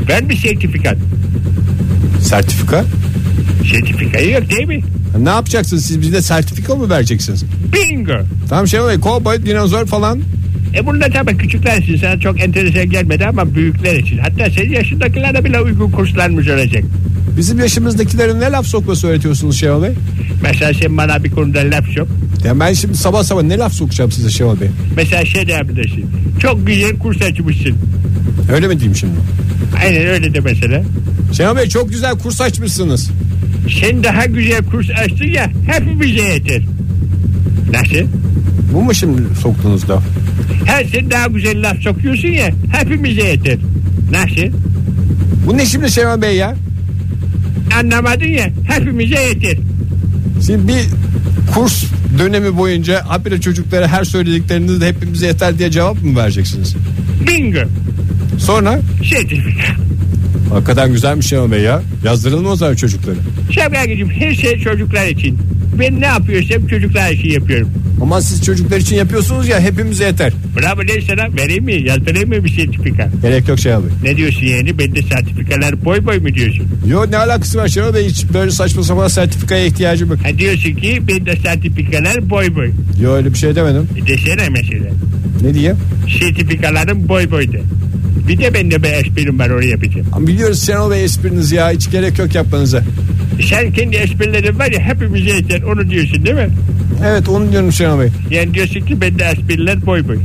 Speaker 5: Ver bir sertifikat.
Speaker 3: Sertifika?
Speaker 5: Sertifikayı yok değil mi?
Speaker 3: Ne yapacaksınız siz bize sertifika mı vereceksiniz?
Speaker 5: Bingo.
Speaker 3: Tamam şey var kovboy dinozor falan.
Speaker 5: E bunu da tabii küçükler için sana çok enteresan gelmedi ama büyükler için. Hatta senin yaşındakilere bile uygun kurslanmış olacak.
Speaker 3: Bizim yaşımızdakilere ne laf sokması öğretiyorsunuz Şenol Bey?
Speaker 5: Mesela sen bana bir konuda laf sok.
Speaker 3: Ya ben şimdi sabah sabah ne laf sokacağım size Şenol Bey?
Speaker 5: Mesela şey de yapabilirsin. Çok güzel kurs açmışsın.
Speaker 3: Öyle mi diyeyim şimdi?
Speaker 5: Aynen öyle de mesela.
Speaker 3: Şenol Bey çok güzel kurs açmışsınız.
Speaker 5: Sen daha güzel kurs açtın ya hepimize yeter. Nasıl?
Speaker 3: Bu mu şimdi soktuğunuz laf?
Speaker 5: Her sen daha güzel laf sokuyorsun ya hepimize yeter. Nasıl?
Speaker 3: Bu ne şimdi Şenol Bey ya?
Speaker 5: Anlamadın ya hepimize yeter.
Speaker 3: Şimdi bir kurs dönemi boyunca habire çocuklara her söyledikleriniz de hepimize yeter diye cevap mı vereceksiniz?
Speaker 5: Bingo.
Speaker 3: Sonra
Speaker 5: Sertifika.
Speaker 3: hakikaten güzelmiş Şenol Bey ya. Yazdıralım o zaman çocukları.
Speaker 5: Şevkacığım her şey çocuklar için. Ben ne yapıyorsam çocuklar için yapıyorum.
Speaker 3: Ama siz çocuklar için yapıyorsunuz ya hepimize yeter.
Speaker 5: Bravo ne sana vereyim mi? Yazdırayım mı bir sertifika?
Speaker 3: Gerek yok Şenol Bey.
Speaker 5: Ne diyorsun yani? Bende sertifikalar boy boy mu diyorsun?
Speaker 3: Yo ne alakası var Şenol Bey hiç böyle saçma sapan sertifikaya ihtiyacım yok.
Speaker 5: Ha diyorsun ki bende sertifikalar boy boy.
Speaker 3: Yo öyle bir şey demedim.
Speaker 5: E desene mesela.
Speaker 3: Ne diyeyim?
Speaker 5: Sertifikaların boy boydu. Bir de bende bir esprim var onu yapacağım.
Speaker 3: Ama biliyoruz Şenol Bey esprinizi ya hiç gerek yok yapmanıza.
Speaker 5: E, Sen kendi esprilerin var ya hepimize yeter onu diyorsun değil mi?
Speaker 3: Evet onu diyorum Şenol Bey.
Speaker 5: Yani diyorsun ki bende espriler boy boy.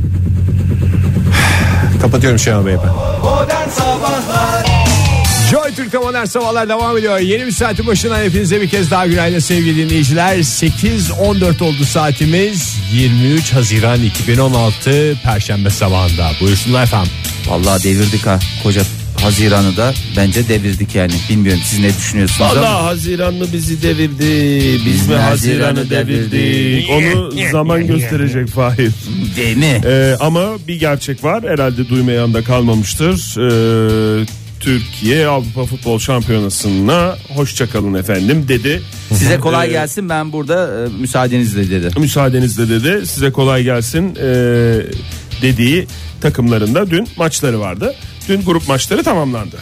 Speaker 3: Kapatıyorum Şenol Bey ben. Joy Türk'te modern sabahlar devam ediyor. Yeni bir saatin başından hepinize bir kez daha günaydın sevgili dinleyiciler. 8.14 oldu saatimiz. 23 Haziran 2016 Perşembe sabahında. Buyursunlar efendim.
Speaker 2: Vallahi devirdik ha koca Haziran'ı da bence devirdik yani. Bilmiyorum siz ne düşünüyorsunuz ama
Speaker 4: Allah Haziran mı bizi devirdi biz mi Haziran'ı
Speaker 3: Ee,
Speaker 4: devirdik Ee, onu zaman gösterecek Fahir
Speaker 2: değil mi?
Speaker 4: Ee, ama bir gerçek var herhalde duymayan da kalmamıştır. Ee, Türkiye Avrupa Futbol Şampiyonası'na hoşça kalın efendim dedi.
Speaker 2: Size kolay
Speaker 4: Ee,
Speaker 2: gelsin ben burada e, müsaadenizle dedi.
Speaker 4: Müsaadenizle dedi size kolay gelsin ee, dediği takımlarında dün maçları vardı. Dün grup maçları tamamlandı.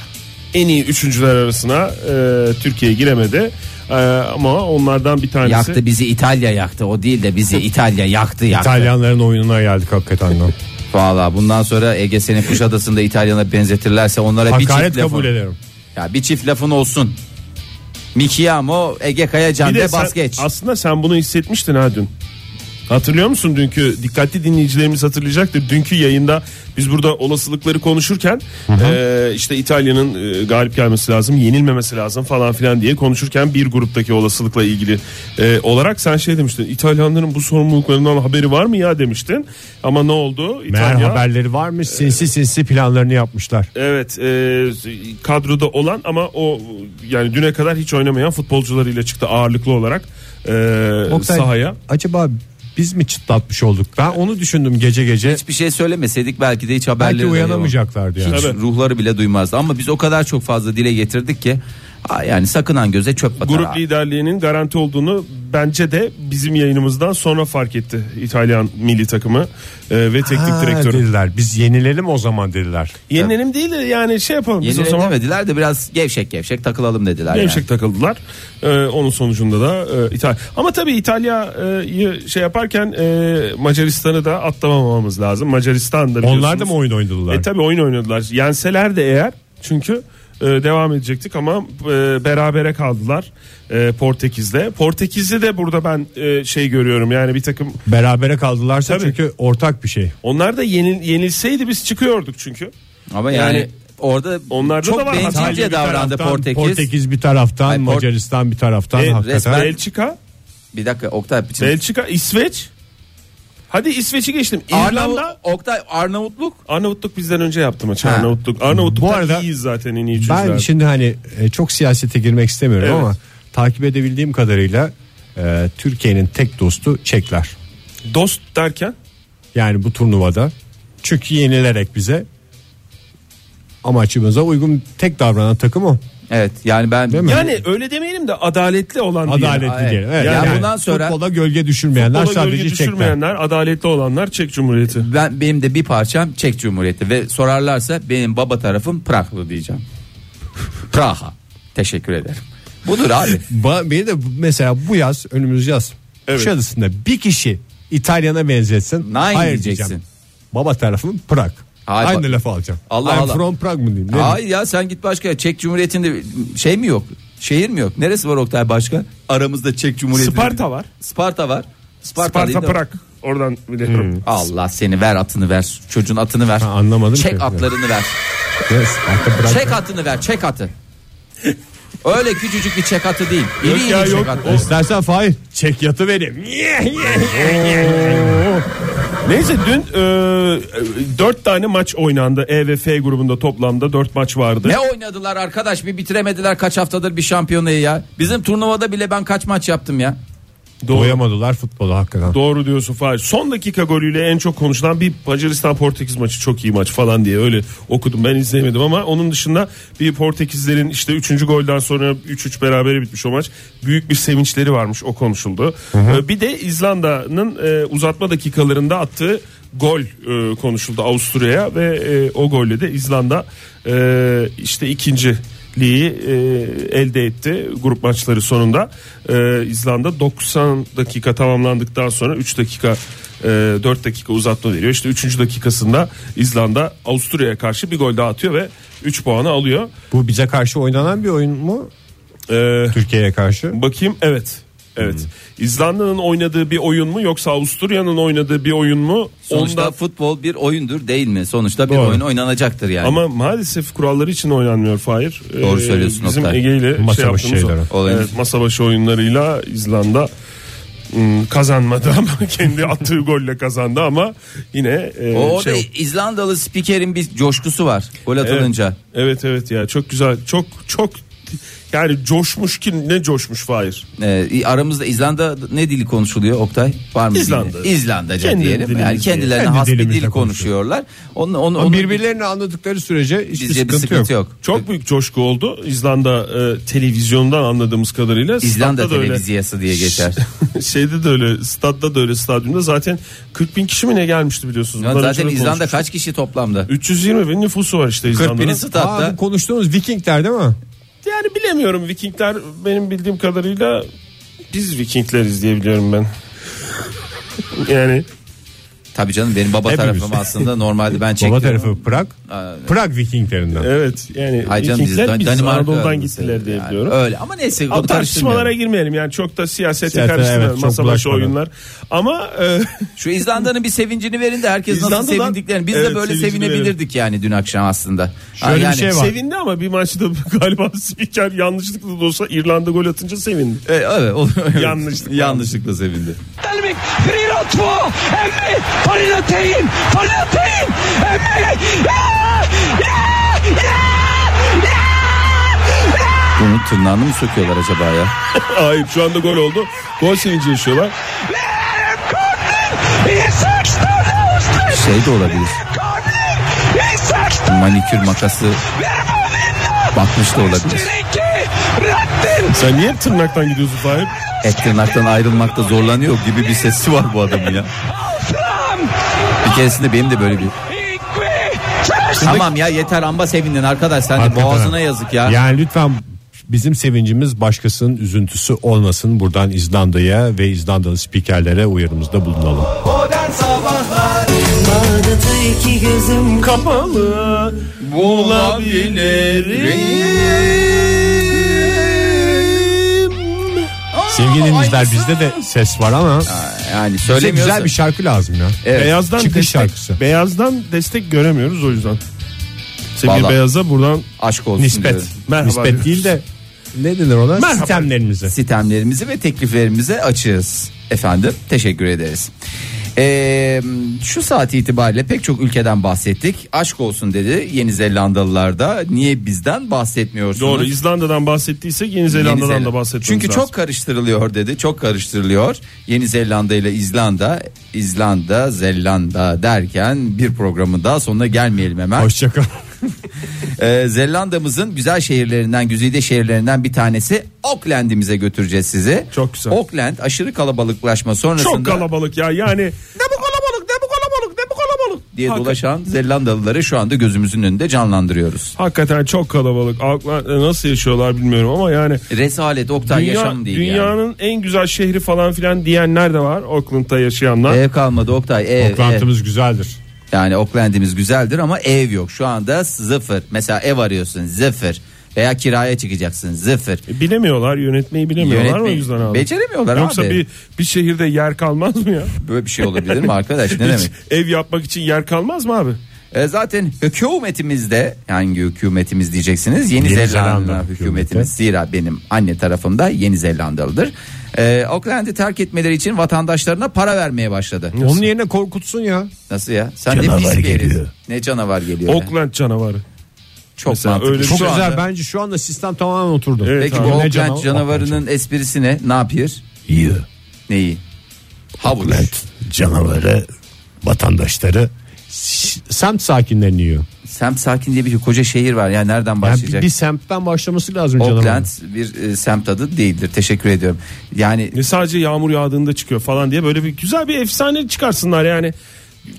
Speaker 4: En iyi üçüncüler arasına ee, Türkiye giremedi. Ee, ama onlardan bir tanesi
Speaker 2: Yaktı bizi İtalya yaktı o değil de bizi İtalya yaktı yaktı.
Speaker 3: İtalyanların oyununa geldik hakikaten.
Speaker 2: Valla bundan sonra Ege senin Kuşadası'nda İtalyan'a benzetirlerse onlara bir
Speaker 3: Hakaret
Speaker 2: çift
Speaker 3: kabul
Speaker 2: lafın.
Speaker 3: ederim.
Speaker 2: Ya bir çift lafın olsun. Mikiyamo Ege
Speaker 4: Bir
Speaker 2: Kayacan
Speaker 4: de
Speaker 2: de
Speaker 4: sen-
Speaker 2: bas geç.
Speaker 4: Aslında sen bunu hissetmiştin ha dün. Hatırlıyor musun dünkü dikkatli dinleyicilerimiz hatırlayacaktır. Dünkü yayında biz burada olasılıkları konuşurken e, işte İtalya'nın e, galip gelmesi lazım, yenilmemesi lazım falan filan diye konuşurken bir gruptaki olasılıkla ilgili e, olarak sen şey demiştin. İtalyanların bu sorumluluklarından haberi var mı ya demiştin. Ama ne oldu?
Speaker 3: Meğer
Speaker 4: İtalya
Speaker 3: haberleri varmış sinsi sinsi planlarını yapmışlar.
Speaker 4: Evet, e, kadroda olan ama o yani düne kadar hiç oynamayan futbolcularıyla çıktı ağırlıklı olarak e,
Speaker 3: Oktay,
Speaker 4: sahaya.
Speaker 3: Acaba biz mi çıtlatmış olduk? Ben onu düşündüm gece gece.
Speaker 2: Hiçbir şey söylemeseydik belki de hiç haberleri
Speaker 3: Belki
Speaker 2: de yok.
Speaker 3: uyanamayacaklardı yani.
Speaker 2: Hiç
Speaker 4: Tabii.
Speaker 2: ruhları bile duymazdı ama biz o kadar çok fazla dile getirdik ki ha yani sakınan göze çöp batar.
Speaker 4: Grup
Speaker 2: abi.
Speaker 4: liderliğinin garanti olduğunu bence de bizim yayınımızdan sonra fark etti İtalyan milli takımı e, ve teknik
Speaker 3: Ha,
Speaker 4: direktörü.
Speaker 3: dediler. Biz yenilelim o zaman dediler.
Speaker 4: Yenilenim değil de yani şey yapalım biz o
Speaker 2: Yenilenemediler
Speaker 4: zaman.
Speaker 2: de biraz gevşek gevşek takılalım dediler. yani.
Speaker 4: Gevşek takıldılar. E, onun sonucunda da e, İtalya. Ama tabii İtalya'yı şey yaparken e, Macaristan'ı da atlamamamız lazım. Macaristan da biliyorsunuz.
Speaker 3: Onlar da mı oyun oynadılar?
Speaker 4: E tabi oyun oynadılar. Yenseler de eğer çünkü e, devam edecektik ama e, berabere kaldılar e, Portekiz'de. Portekiz'i de burada ben e, şey görüyorum yani bir takım
Speaker 3: Berabere kaldılarsa
Speaker 4: Tabii.
Speaker 3: çünkü ortak bir şey.
Speaker 4: onlar da yenil, yenilseydi biz çıkıyorduk çünkü.
Speaker 2: Ama yani,
Speaker 4: Yani
Speaker 2: orada
Speaker 4: onlarda da
Speaker 2: çok
Speaker 4: var.
Speaker 2: bencilce
Speaker 4: İtalya
Speaker 3: bir
Speaker 2: davrandı
Speaker 3: taraftan,
Speaker 2: Portekiz.
Speaker 3: Portekiz bir taraftan,
Speaker 2: Hayır, Port-
Speaker 3: Macaristan bir taraftan
Speaker 4: E,
Speaker 3: hakikaten.
Speaker 2: resmen-
Speaker 4: Belçika,
Speaker 2: Bir dakika Oktay. Şimdi
Speaker 4: Belçika, İsveç. Hadi İsveç'i geçtim.
Speaker 2: Arnavut,
Speaker 4: İrlanda
Speaker 2: Oktay Arnavutluk
Speaker 4: Arnavutluk bizden önce yaptı maçı.
Speaker 2: Ha.
Speaker 4: Arnavutluk. Arnavutluk'ta
Speaker 3: Bu arada
Speaker 4: iyiyiz zaten en iyi
Speaker 3: Ben
Speaker 4: çocuklar.
Speaker 3: şimdi hani e, çok siyasete girmek istemiyorum
Speaker 4: Evet.
Speaker 3: ama takip edebildiğim kadarıyla e, Türkiye'nin tek dostu Çekler. şey-
Speaker 4: Dost derken
Speaker 3: Yani bu turnuvada. Çünkü yenilerek bize amacımıza uygun tek davranan takım o.
Speaker 2: Evet yani ben
Speaker 3: Değil mi?
Speaker 4: yani öyle demeyelim de adaletli olan diyelim.
Speaker 3: Adaletli
Speaker 2: Hayır.
Speaker 3: diyelim.
Speaker 2: Yani bundan sonra-
Speaker 3: futbola gölge düşürmeyenler
Speaker 4: Futbola
Speaker 3: sadece
Speaker 4: gölge
Speaker 3: Çekler.
Speaker 4: düşürmeyenler, adaletli olanlar Çek Cumhuriyeti.
Speaker 2: ben benim de bir parçam Çek Cumhuriyeti ve sorarlarsa benim baba tarafım Prahlı diyeceğim. Praha. Teşekkür ederim. Budur abi.
Speaker 3: Ba- Beni de mesela bu yaz önümüz yaz.
Speaker 4: Evet.
Speaker 3: Kuşadası'nda bir kişi İtalyan'a benzetsin.
Speaker 2: Nein diyeceksin.
Speaker 3: Baba tarafım Prag.
Speaker 2: Hayır,
Speaker 3: Aynı
Speaker 2: bak-
Speaker 3: lafı alacağım.
Speaker 2: Allah
Speaker 3: I'm
Speaker 2: Allah.
Speaker 3: from Prag mı diyeyim? Ne diyeyim?
Speaker 2: Hayır ya sen git başka. Çek Cumhuriyeti'nde şey mi yok? Şehir mi yok? Neresi var Oktay başka? Aramızda Çek Cumhuriyeti.
Speaker 4: Sparta var.
Speaker 2: Sparta var. Sparta,
Speaker 4: Sparta
Speaker 2: değil Hmm. de-
Speaker 4: Prag. Oradan biliyorum.
Speaker 2: Allah seni ver atını ver. Çocuğun atını ver.
Speaker 3: Ha, anlamadım
Speaker 2: Çek
Speaker 3: ki.
Speaker 2: atlarını ver.
Speaker 3: Yes, hatta Prag.
Speaker 2: Çek atını ver. Çek atı. Öyle küçücük bir çek atı değil. İri
Speaker 4: Yok
Speaker 2: iri
Speaker 4: ya,
Speaker 2: çek
Speaker 4: yok.
Speaker 2: atı.
Speaker 4: O-
Speaker 3: İstersen Fahir çek yatı vereyim. Yeah, yeah, yeah, yeah.
Speaker 4: Neyse dün 4 tane maç oynandı. E ve F grubunda toplamda 4 maç vardı.
Speaker 2: Ne oynadılar arkadaş bir bitiremediler kaç haftadır bir şampiyonayı ya. Bizim turnuvada bile ben kaç maç yaptım ya.
Speaker 4: Doğru,
Speaker 3: Doyamadılar futbolu hakikaten.
Speaker 4: doğru diyorsun Fahir. Son dakika golüyle en çok konuşulan bir Macaristan Portekiz maçı çok iyi maç falan diye öyle okudum. Ben izleyemedim ama onun dışında bir Portekizlerin işte 3. golden sonra 3-3 berabere bitmiş o maç. Büyük bir sevinçleri varmış o konuşuldu. E, bir de İzlanda'nın e, uzatma dakikalarında attığı gol e, konuşuldu Avusturya'ya ve e, o golle de İzlanda e, işte ikinci liği e, elde etti grup maçları sonunda. E, İzlanda 90 dakika tamamlandıktan sonra 3 dakika e, 4 dakika uzatma veriyor. İşte 3. dakikasında İzlanda Avusturya'ya karşı bir gol daha atıyor ve 3 puanı alıyor.
Speaker 3: Bu bize karşı oynanan bir oyun mu?
Speaker 4: E,
Speaker 3: Türkiye'ye karşı.
Speaker 4: bakayım evet. Evet. İzlanda'nın oynadığı bir oyun mu yoksa Avusturya'nın oynadığı bir oyun mu?
Speaker 2: Sonuçta
Speaker 4: Ondan-
Speaker 2: futbol bir oyundur değil mi? Sonuçta bir
Speaker 4: Doğru.
Speaker 2: oyun oynanacaktır yani.
Speaker 4: Ama maalesef kuralları için oynanmıyor Fahir. Ee,
Speaker 2: Hani- Doğru söylüyorsun
Speaker 4: Bizim
Speaker 2: Oktay.
Speaker 4: Ege ile
Speaker 3: Masa
Speaker 4: şey
Speaker 3: başı
Speaker 4: yaptığımız
Speaker 3: şeyler.
Speaker 4: o.
Speaker 2: Olayın-
Speaker 4: Evet, masa başı oyunlarıyla İzlanda ım, kazanmadı ama kendi attığı golle kazandı ama yine e,
Speaker 2: O orada
Speaker 4: şey-
Speaker 2: İzlandalı spikerin bir coşkusu var gol atılınca.
Speaker 4: Evet evet ya çok güzel çok çok yani coşmuş ki ne coşmuş Fahir.
Speaker 2: Ee, aramızda İzlanda ne dili konuşuluyor Oktay? Var mı? bir
Speaker 4: İzlanda.
Speaker 2: dili? İzlandaca
Speaker 4: Kendi
Speaker 2: diyelim.
Speaker 4: dilimiz
Speaker 2: Yani
Speaker 4: diye.
Speaker 2: kendilerine
Speaker 3: Kendi
Speaker 2: has bir dil
Speaker 3: dilimizle
Speaker 2: konuşuyorlar. Onun, onu,
Speaker 3: Ama
Speaker 2: onu
Speaker 3: birbirlerini anladıkları sürece hiçbir
Speaker 2: bizce bir
Speaker 3: sıkıntı, yok.
Speaker 2: E-
Speaker 4: Çok büyük coşku oldu İzlanda e, televizyondan anladığımız kadarıyla.
Speaker 2: İzlanda
Speaker 4: Statta da öyle.
Speaker 2: televizyası diye geçer.
Speaker 4: Şeyde de öyle statta da öyle stadyumda zaten 40 bin kişi mi ne gelmişti biliyorsunuz.
Speaker 2: Ya
Speaker 4: Bundan önce
Speaker 2: zaten
Speaker 4: de
Speaker 2: İzlanda
Speaker 4: konuşmuştuk.
Speaker 2: kaç kişi toplamda?
Speaker 4: 320 bin nüfusu var işte İzlanda'nın.
Speaker 2: 40 bini statta.
Speaker 3: Aa, bu konuştuğumuz Vikingler değil mi?
Speaker 4: Yani bilemiyorum Vikingler benim bildiğim kadarıyla biz Vikingleriz diye biliyorum ben. yani
Speaker 2: Tabii canım benim baba
Speaker 3: Hepimiz.
Speaker 2: tarafım aslında normalde ben
Speaker 3: Baba
Speaker 2: çekiyorum.
Speaker 3: tarafı Prag. Prag Vikinglerinden.
Speaker 4: evet yani
Speaker 2: Hayır canım biz
Speaker 4: Vikingler
Speaker 2: Dan-
Speaker 4: biz
Speaker 2: Danimarka
Speaker 4: Anadolu'dan
Speaker 2: yani.
Speaker 4: gittiler diye
Speaker 2: Yani
Speaker 4: biliyorum.
Speaker 2: Öyle ama neyse
Speaker 4: Ama
Speaker 2: onu
Speaker 4: tartışmalara
Speaker 2: tartışmalara
Speaker 4: girmeyelim yani çok da siyasete
Speaker 3: Siyasete,
Speaker 4: karışmayalım
Speaker 3: evet, çok
Speaker 4: masa başı
Speaker 3: bulaşmadan.
Speaker 4: oyunlar ama e,
Speaker 2: Şu İzlanda'nın bir sevincini verin de herkes nasıl
Speaker 4: İzlanda'dan-
Speaker 2: sevindiklerini. Biz
Speaker 4: Evet,
Speaker 2: de böyle
Speaker 4: sevincini
Speaker 2: sevinebilirdik yani dün akşam aslında.
Speaker 3: Şöyle bir şey var.
Speaker 4: sevindi ama bir maçta galiba spiker yanlışlıkla da olsa İrlanda gol atınca sevindi.
Speaker 2: E, evet, o-
Speaker 4: Yanlışlıkla.
Speaker 2: Yanlışlıkla sevindi.
Speaker 6: Elvik 4-2 Emmi Farina Teyin Farina Teyin Emmi Ya! Ya!
Speaker 2: Bunun tırnağını mı söküyorlar acaba ya?
Speaker 4: Hayır şu anda gol oldu. Gol sevinci yaşıyorlar.
Speaker 6: İsak Stolos'tur
Speaker 2: Şey de olabilir.
Speaker 6: Korner İsak
Speaker 2: Manikür makası batmış da olabilir.
Speaker 6: Stolos'tur Rattin
Speaker 4: Sen niye tırnaktan gidiyorsun Fahir?
Speaker 2: Et tırnaktan ayrılmakta zorlanıyor gibi bir sesi var bu adamın ya.
Speaker 6: Fram
Speaker 2: Bir keresinde benim de böyle bir...
Speaker 6: İkvi Çeşit
Speaker 2: Tamam ya yeter amba sevindin arkadaş sen de
Speaker 3: Hakikaten.
Speaker 2: boğazına yazık ya.
Speaker 3: Yani lütfen bizim sevincimiz başkasının üzüntüsü olmasın. Buradan İzlanda'ya ve İzlandalı spikerlere uyarımızda bulunalım.
Speaker 7: Bağdat'ı iki gözüm
Speaker 4: Kapalı
Speaker 3: Sevgili dinleyiciler bizde de ses var ama
Speaker 2: Yani
Speaker 3: bize
Speaker 2: söylemiyorsa...
Speaker 3: güzel bir şey. şarkı lazım ya.
Speaker 2: Evet.
Speaker 4: Beyazdan
Speaker 3: Çıkış
Speaker 4: destek,
Speaker 3: şarkısı.
Speaker 4: Beyazdan destek göremiyoruz o yüzden. Sevgili
Speaker 2: Vallahi.
Speaker 4: Beyaza buradan
Speaker 2: aşk olsun
Speaker 3: Nispet.
Speaker 2: diyorum.
Speaker 4: Merhaba
Speaker 3: Nispet
Speaker 4: diyoruz.
Speaker 3: değil de ne denir ona?
Speaker 4: Merhaba.
Speaker 3: Sistemlerimizi.
Speaker 2: Sistemlerimizi ve tekliflerimize açığız efendim. Teşekkür ederiz. Ee, şu saat itibariyle pek çok ülkeden bahsettik. Aşk olsun dedi Yeni Zelandalılar da. Niye bizden bahsetmiyorsunuz?
Speaker 4: doğru İzlanda'dan bahsettiysek Yeni Zelanda'dan
Speaker 2: Yeni Zeland-
Speaker 4: da bahsetmemiz
Speaker 2: Çünkü
Speaker 4: lazım.
Speaker 2: çok karıştırılıyor dedi. Çok karıştırılıyor. Yeni Zelanda ile İzlanda, İzlanda, Zelanda derken bir programın daha sonuna gelmeyelim hemen.
Speaker 3: Hoşçakal.
Speaker 2: Ee, Zelanda'mızın güzel şehirlerinden, güzide şehirlerinden bir tanesi Auckland'imize götüreceğiz sizi.
Speaker 4: Çok güzel.
Speaker 2: Auckland aşırı kalabalıklaşma sonrasında
Speaker 4: Çok kalabalık ya yani.
Speaker 2: ne bu kalabalık ne bu kalabalık ne bu kalabalık diye
Speaker 4: Hakikaten.
Speaker 2: dolaşan Zelandalıları şu anda gözümüzün önünde canlandırıyoruz.
Speaker 4: Hakikaten çok kalabalık. Halklar e, nasıl yaşıyorlar bilmiyorum ama yani
Speaker 2: Rezalet Oktay yaşam değil yani.
Speaker 4: dünyanın en güzel şehri falan filan diyenler de var Oakland'da yaşayanlar.
Speaker 2: Ev kalmadı Oktay ev, ev.
Speaker 3: Oklantımız güzeldir.
Speaker 2: Yani Oakland'imiz güzeldir ama ev yok. Şu anda sıfır. Mesela ev arıyorsun sıfır. Veya kiraya çıkacaksın sıfır.
Speaker 4: E, Bilemiyorlar yönetmeyi bilemiyorlar
Speaker 2: Yönetmeyi-
Speaker 4: o yüzden abi.
Speaker 2: Beceremiyorlar
Speaker 4: Yoksa
Speaker 2: abi.
Speaker 4: bir bir şehirde yer kalmaz mı ya?
Speaker 2: Böyle bir şey olabilir mi arkadaş ne
Speaker 4: Hiç
Speaker 2: demek?
Speaker 4: ev yapmak için yer kalmaz mı abi?
Speaker 2: E, zaten hükümetimizde hangi hükümetimiz diyeceksiniz Yeni,
Speaker 3: Yeni
Speaker 2: Zelanda,
Speaker 3: Zelanda
Speaker 2: hükümetimiz zira benim anne tarafımda Yeni Zelandalıdır. E, Auckland'i terk etmeleri için vatandaşlarına para vermeye başladı.
Speaker 3: Onun yerine korkutsun ya.
Speaker 2: Nasıl ya? Sen ne pis bir herif. Ne canavar geliyor. ya.
Speaker 4: Oakland canavarı.
Speaker 2: Çok
Speaker 4: Mesela
Speaker 2: mantıklı.
Speaker 4: öyle bir
Speaker 3: Çok
Speaker 4: Şu
Speaker 3: güzel
Speaker 2: anda-
Speaker 3: bence şu anda sistem tamamen oturdu.
Speaker 4: Evet
Speaker 2: Peki
Speaker 4: abi.
Speaker 2: bu
Speaker 4: Ne
Speaker 2: Oakland
Speaker 3: canavar?
Speaker 2: canavarının esprisi ne? Ne yapıyor?
Speaker 8: İyi.
Speaker 2: Neyi? Havuç.
Speaker 8: Evet. Canavarı vatandaşları
Speaker 3: Ş- Semt sakinlerini yiyor.
Speaker 2: Semt sakin diye bir koca şehir var. Yani nereden
Speaker 3: Yani bir,
Speaker 2: başlayacak?
Speaker 3: bir semtten başlaması lazım canım.
Speaker 2: Oakland bir e, semt adı değildir. Teşekkür ediyorum. Yani
Speaker 4: Ve E, sadece yağmur yağdığında çıkıyor falan diye böyle bir güzel bir efsane çıkarsınlar yani.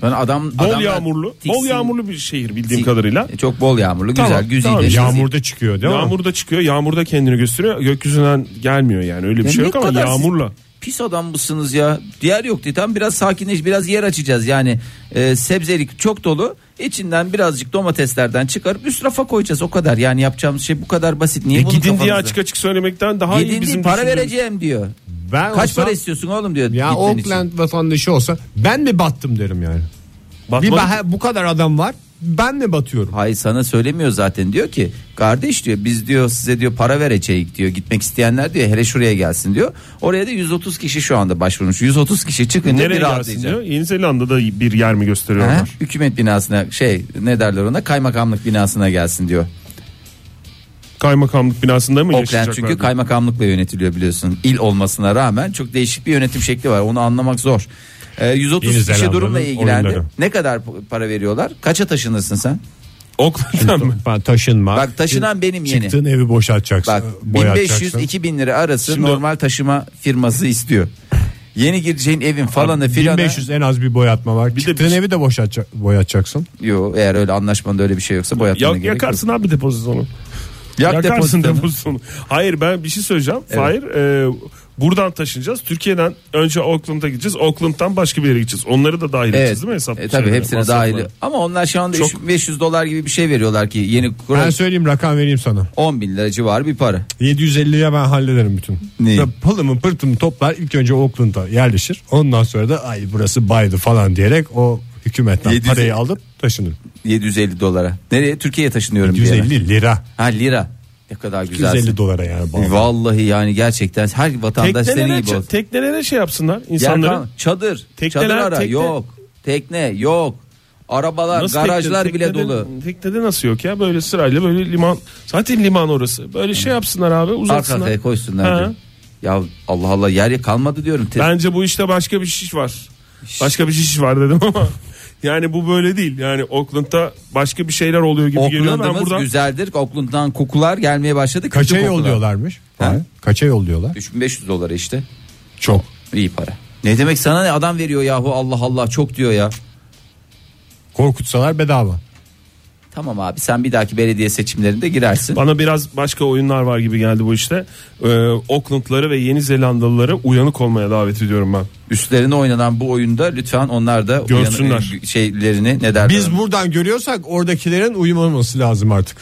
Speaker 2: ben adam
Speaker 4: Bol
Speaker 2: adamlar
Speaker 4: yağmurlu. Bol
Speaker 2: tiksin-
Speaker 4: yağmurlu bir şehir bildiğim
Speaker 2: tik-
Speaker 4: kadarıyla.
Speaker 2: Çok bol yağmurlu, güzel,
Speaker 4: Tamam,
Speaker 2: güzide.
Speaker 4: tamam.
Speaker 2: şüzide.
Speaker 3: Yağmurda çıkıyor değil mi?
Speaker 4: Yağmurda çıkıyor. Yağmurda kendini gösteriyor. Gökyüzünden gelmiyor yani. Öyle bir
Speaker 2: Ya
Speaker 4: şey
Speaker 2: ne
Speaker 4: yok ama
Speaker 2: kadar siz
Speaker 4: yağmurla.
Speaker 2: Pis adam mısınız ya? Diğer yok diye tam biraz sakinleş, biraz yer açacağız yani. E, sebzelik çok dolu. İçinden birazcık domateslerden çıkarıp üst rafa koyacağız o kadar. Yani yapacağımız şey bu kadar basit. Niye
Speaker 4: E
Speaker 2: bunun
Speaker 4: gidin diye
Speaker 2: kafanızda?
Speaker 4: açık açık söylemekten daha
Speaker 2: Yediğin
Speaker 4: iyi
Speaker 2: değil,
Speaker 4: bizim
Speaker 2: para
Speaker 4: düşüncemiz.
Speaker 2: vereceğim diyor.
Speaker 3: Ben
Speaker 2: Kaç
Speaker 3: olsam-
Speaker 2: para istiyorsun oğlum diyor.
Speaker 3: Ya
Speaker 2: gitmen için.
Speaker 3: Oakland vatandaşı olsa ben mi battım derim yani. Bir
Speaker 4: Batman'ın-
Speaker 3: bah- bu kadar adam var ben mi batıyorum?
Speaker 2: Hayır sana söylemiyor zaten diyor ki kardeş diyor biz diyor size diyor para vereceğiz diyor gitmek isteyenler diyor hele şuraya gelsin diyor. Oraya da 130 kişi şu anda başvurmuş 130 kişi çıkınca
Speaker 4: Nereye
Speaker 2: bir
Speaker 4: gelsin
Speaker 2: rahatlayacak.
Speaker 4: diyor. Yeni Zelanda'da bir yer mi
Speaker 2: Ha?
Speaker 4: gösteriyorlar?
Speaker 2: Hükümet binasına şey ne derler ona kaymakamlık binasına gelsin diyor.
Speaker 4: Kaymakamlık binasında mı
Speaker 2: Oakland
Speaker 4: yaşayacaklar?
Speaker 2: çünkü kaymakamlıkla yönetiliyor biliyorsun. İl olmasına rağmen çok değişik bir yönetim şekli var. Onu anlamak zor. Ee, 130
Speaker 3: Yeni
Speaker 2: kişi
Speaker 3: Zelanda'nın
Speaker 2: durumla ilgilendi.
Speaker 3: oyunları.
Speaker 2: Ne kadar para veriyorlar? Kaça taşınırsın sen?
Speaker 4: Oakland'dan mı?
Speaker 3: Ben taşınma.
Speaker 2: Bak taşınan benim yeni.
Speaker 8: çıktığın evi boşaltacaksın.
Speaker 2: Bak
Speaker 5: e,
Speaker 8: boyatacaksın.
Speaker 2: 1500-2000 lira arası
Speaker 4: Şimdi-
Speaker 2: normal taşıma firması istiyor. Yeni gireceğin evin falanı filanı.
Speaker 3: 1500 en az bir boyatma var.
Speaker 4: de
Speaker 3: Çıktığın
Speaker 4: bir-
Speaker 3: evi de boşaltça- boyatacaksın.
Speaker 2: Yok eğer öyle anlaşmanda öyle bir şey yoksa
Speaker 4: Ya,
Speaker 2: boyatmana gerek
Speaker 4: yakarsın abi depozitonu.
Speaker 2: yok. Yak
Speaker 4: Yakarsın
Speaker 2: depozitonu.
Speaker 4: depozitonu. Hayır ben bir şey söyleyeceğim.
Speaker 2: Evet.
Speaker 4: Hayır e, buradan taşınacağız. Türkiye'den önce Oakland'a gideceğiz. Oakland'dan başka bir yere gideceğiz. Onları da dahil edeceğiz
Speaker 2: Evet.
Speaker 4: değil mi hesap?
Speaker 2: E, tabii
Speaker 4: şeyine,
Speaker 2: hepsine
Speaker 4: masraflarına?
Speaker 2: dahil. Ama onlar şu anda
Speaker 4: Çok-
Speaker 2: 500 dolar gibi bir şey veriyorlar ki yeni kural
Speaker 3: Ben söyleyeyim rakam vereyim sana.
Speaker 2: 10 bin lira civarı bir para.
Speaker 3: 750'ye ben hallederim bütün.
Speaker 2: Neyi?
Speaker 3: Ya Pılımı pırtımı toplar ilk önce Oakland'a yerleşir. Ondan sonra da ay burası baydı falan diyerek o hükümetten
Speaker 2: 750
Speaker 3: parayı alıp taşınır.
Speaker 2: 750 dolara. Nereye? Türkiye'ye taşınıyorum diye.
Speaker 3: 150 lira.
Speaker 2: Ha lira. Ne kadar güzel.
Speaker 3: 150 dolara yani. bağlı.
Speaker 2: Vallahi yani gerçekten her vatandaş senin
Speaker 4: Teknelere,
Speaker 2: gibi
Speaker 4: ç-
Speaker 2: olsun.
Speaker 4: teknelere şey yapsınlar
Speaker 2: Yer
Speaker 4: insanların.
Speaker 2: kal- çadır.
Speaker 4: Tekneler,
Speaker 2: çadır ara.
Speaker 4: tekne-
Speaker 2: Yok. Tekne yok. Arabalar,
Speaker 4: Nasıl
Speaker 2: garajlar
Speaker 4: tekne-
Speaker 2: bile
Speaker 4: teknede-
Speaker 2: dolu.
Speaker 4: Teknede nasıl yok ya böyle sırayla böyle liman. Zaten liman orası. Böyle şey yapsınlar abi
Speaker 2: Arka
Speaker 4: uzatsınlar.
Speaker 2: arkaya koysunlar.
Speaker 4: Ha.
Speaker 2: diyor. Ya Allah Allah yer kalmadı diyorum. Te-
Speaker 4: Bence bu işte başka bir şiş var. Başka bir şiş var dedim ama. Yani bu böyle değil. Yani Oakland'da başka bir şeyler oluyor gibi geliyor. Ben
Speaker 2: Oakland'ımız
Speaker 4: buradan
Speaker 2: güzeldir. Oakland'dan kokular gelmeye başladı. Kötü
Speaker 3: Kaça
Speaker 2: kokular.
Speaker 3: yolluyorlarmış?
Speaker 2: Ha?
Speaker 3: Kaça yolluyorlar?
Speaker 2: 3500 dolara işte.
Speaker 3: Çok.
Speaker 2: İyi para. Ne demek sana ne adam veriyor yahu Allah Allah çok diyor ya.
Speaker 3: Korkutsalar bedava.
Speaker 2: Tamam abi sen bir dahaki belediye seçimlerinde girersin.
Speaker 4: bana biraz başka oyunlar var gibi geldi bu işte. Ee, Oakland'ları ve Yeni Zelandalıları uyanık olmaya davet ediyorum ben.
Speaker 2: Üstlerine oynanan bu oyunda lütfen onlar da
Speaker 4: Görsünler.
Speaker 2: uyanı- şeylerini ne derler?
Speaker 3: Biz buradan görüyorsak oradakilerin uyumaması lazım artık.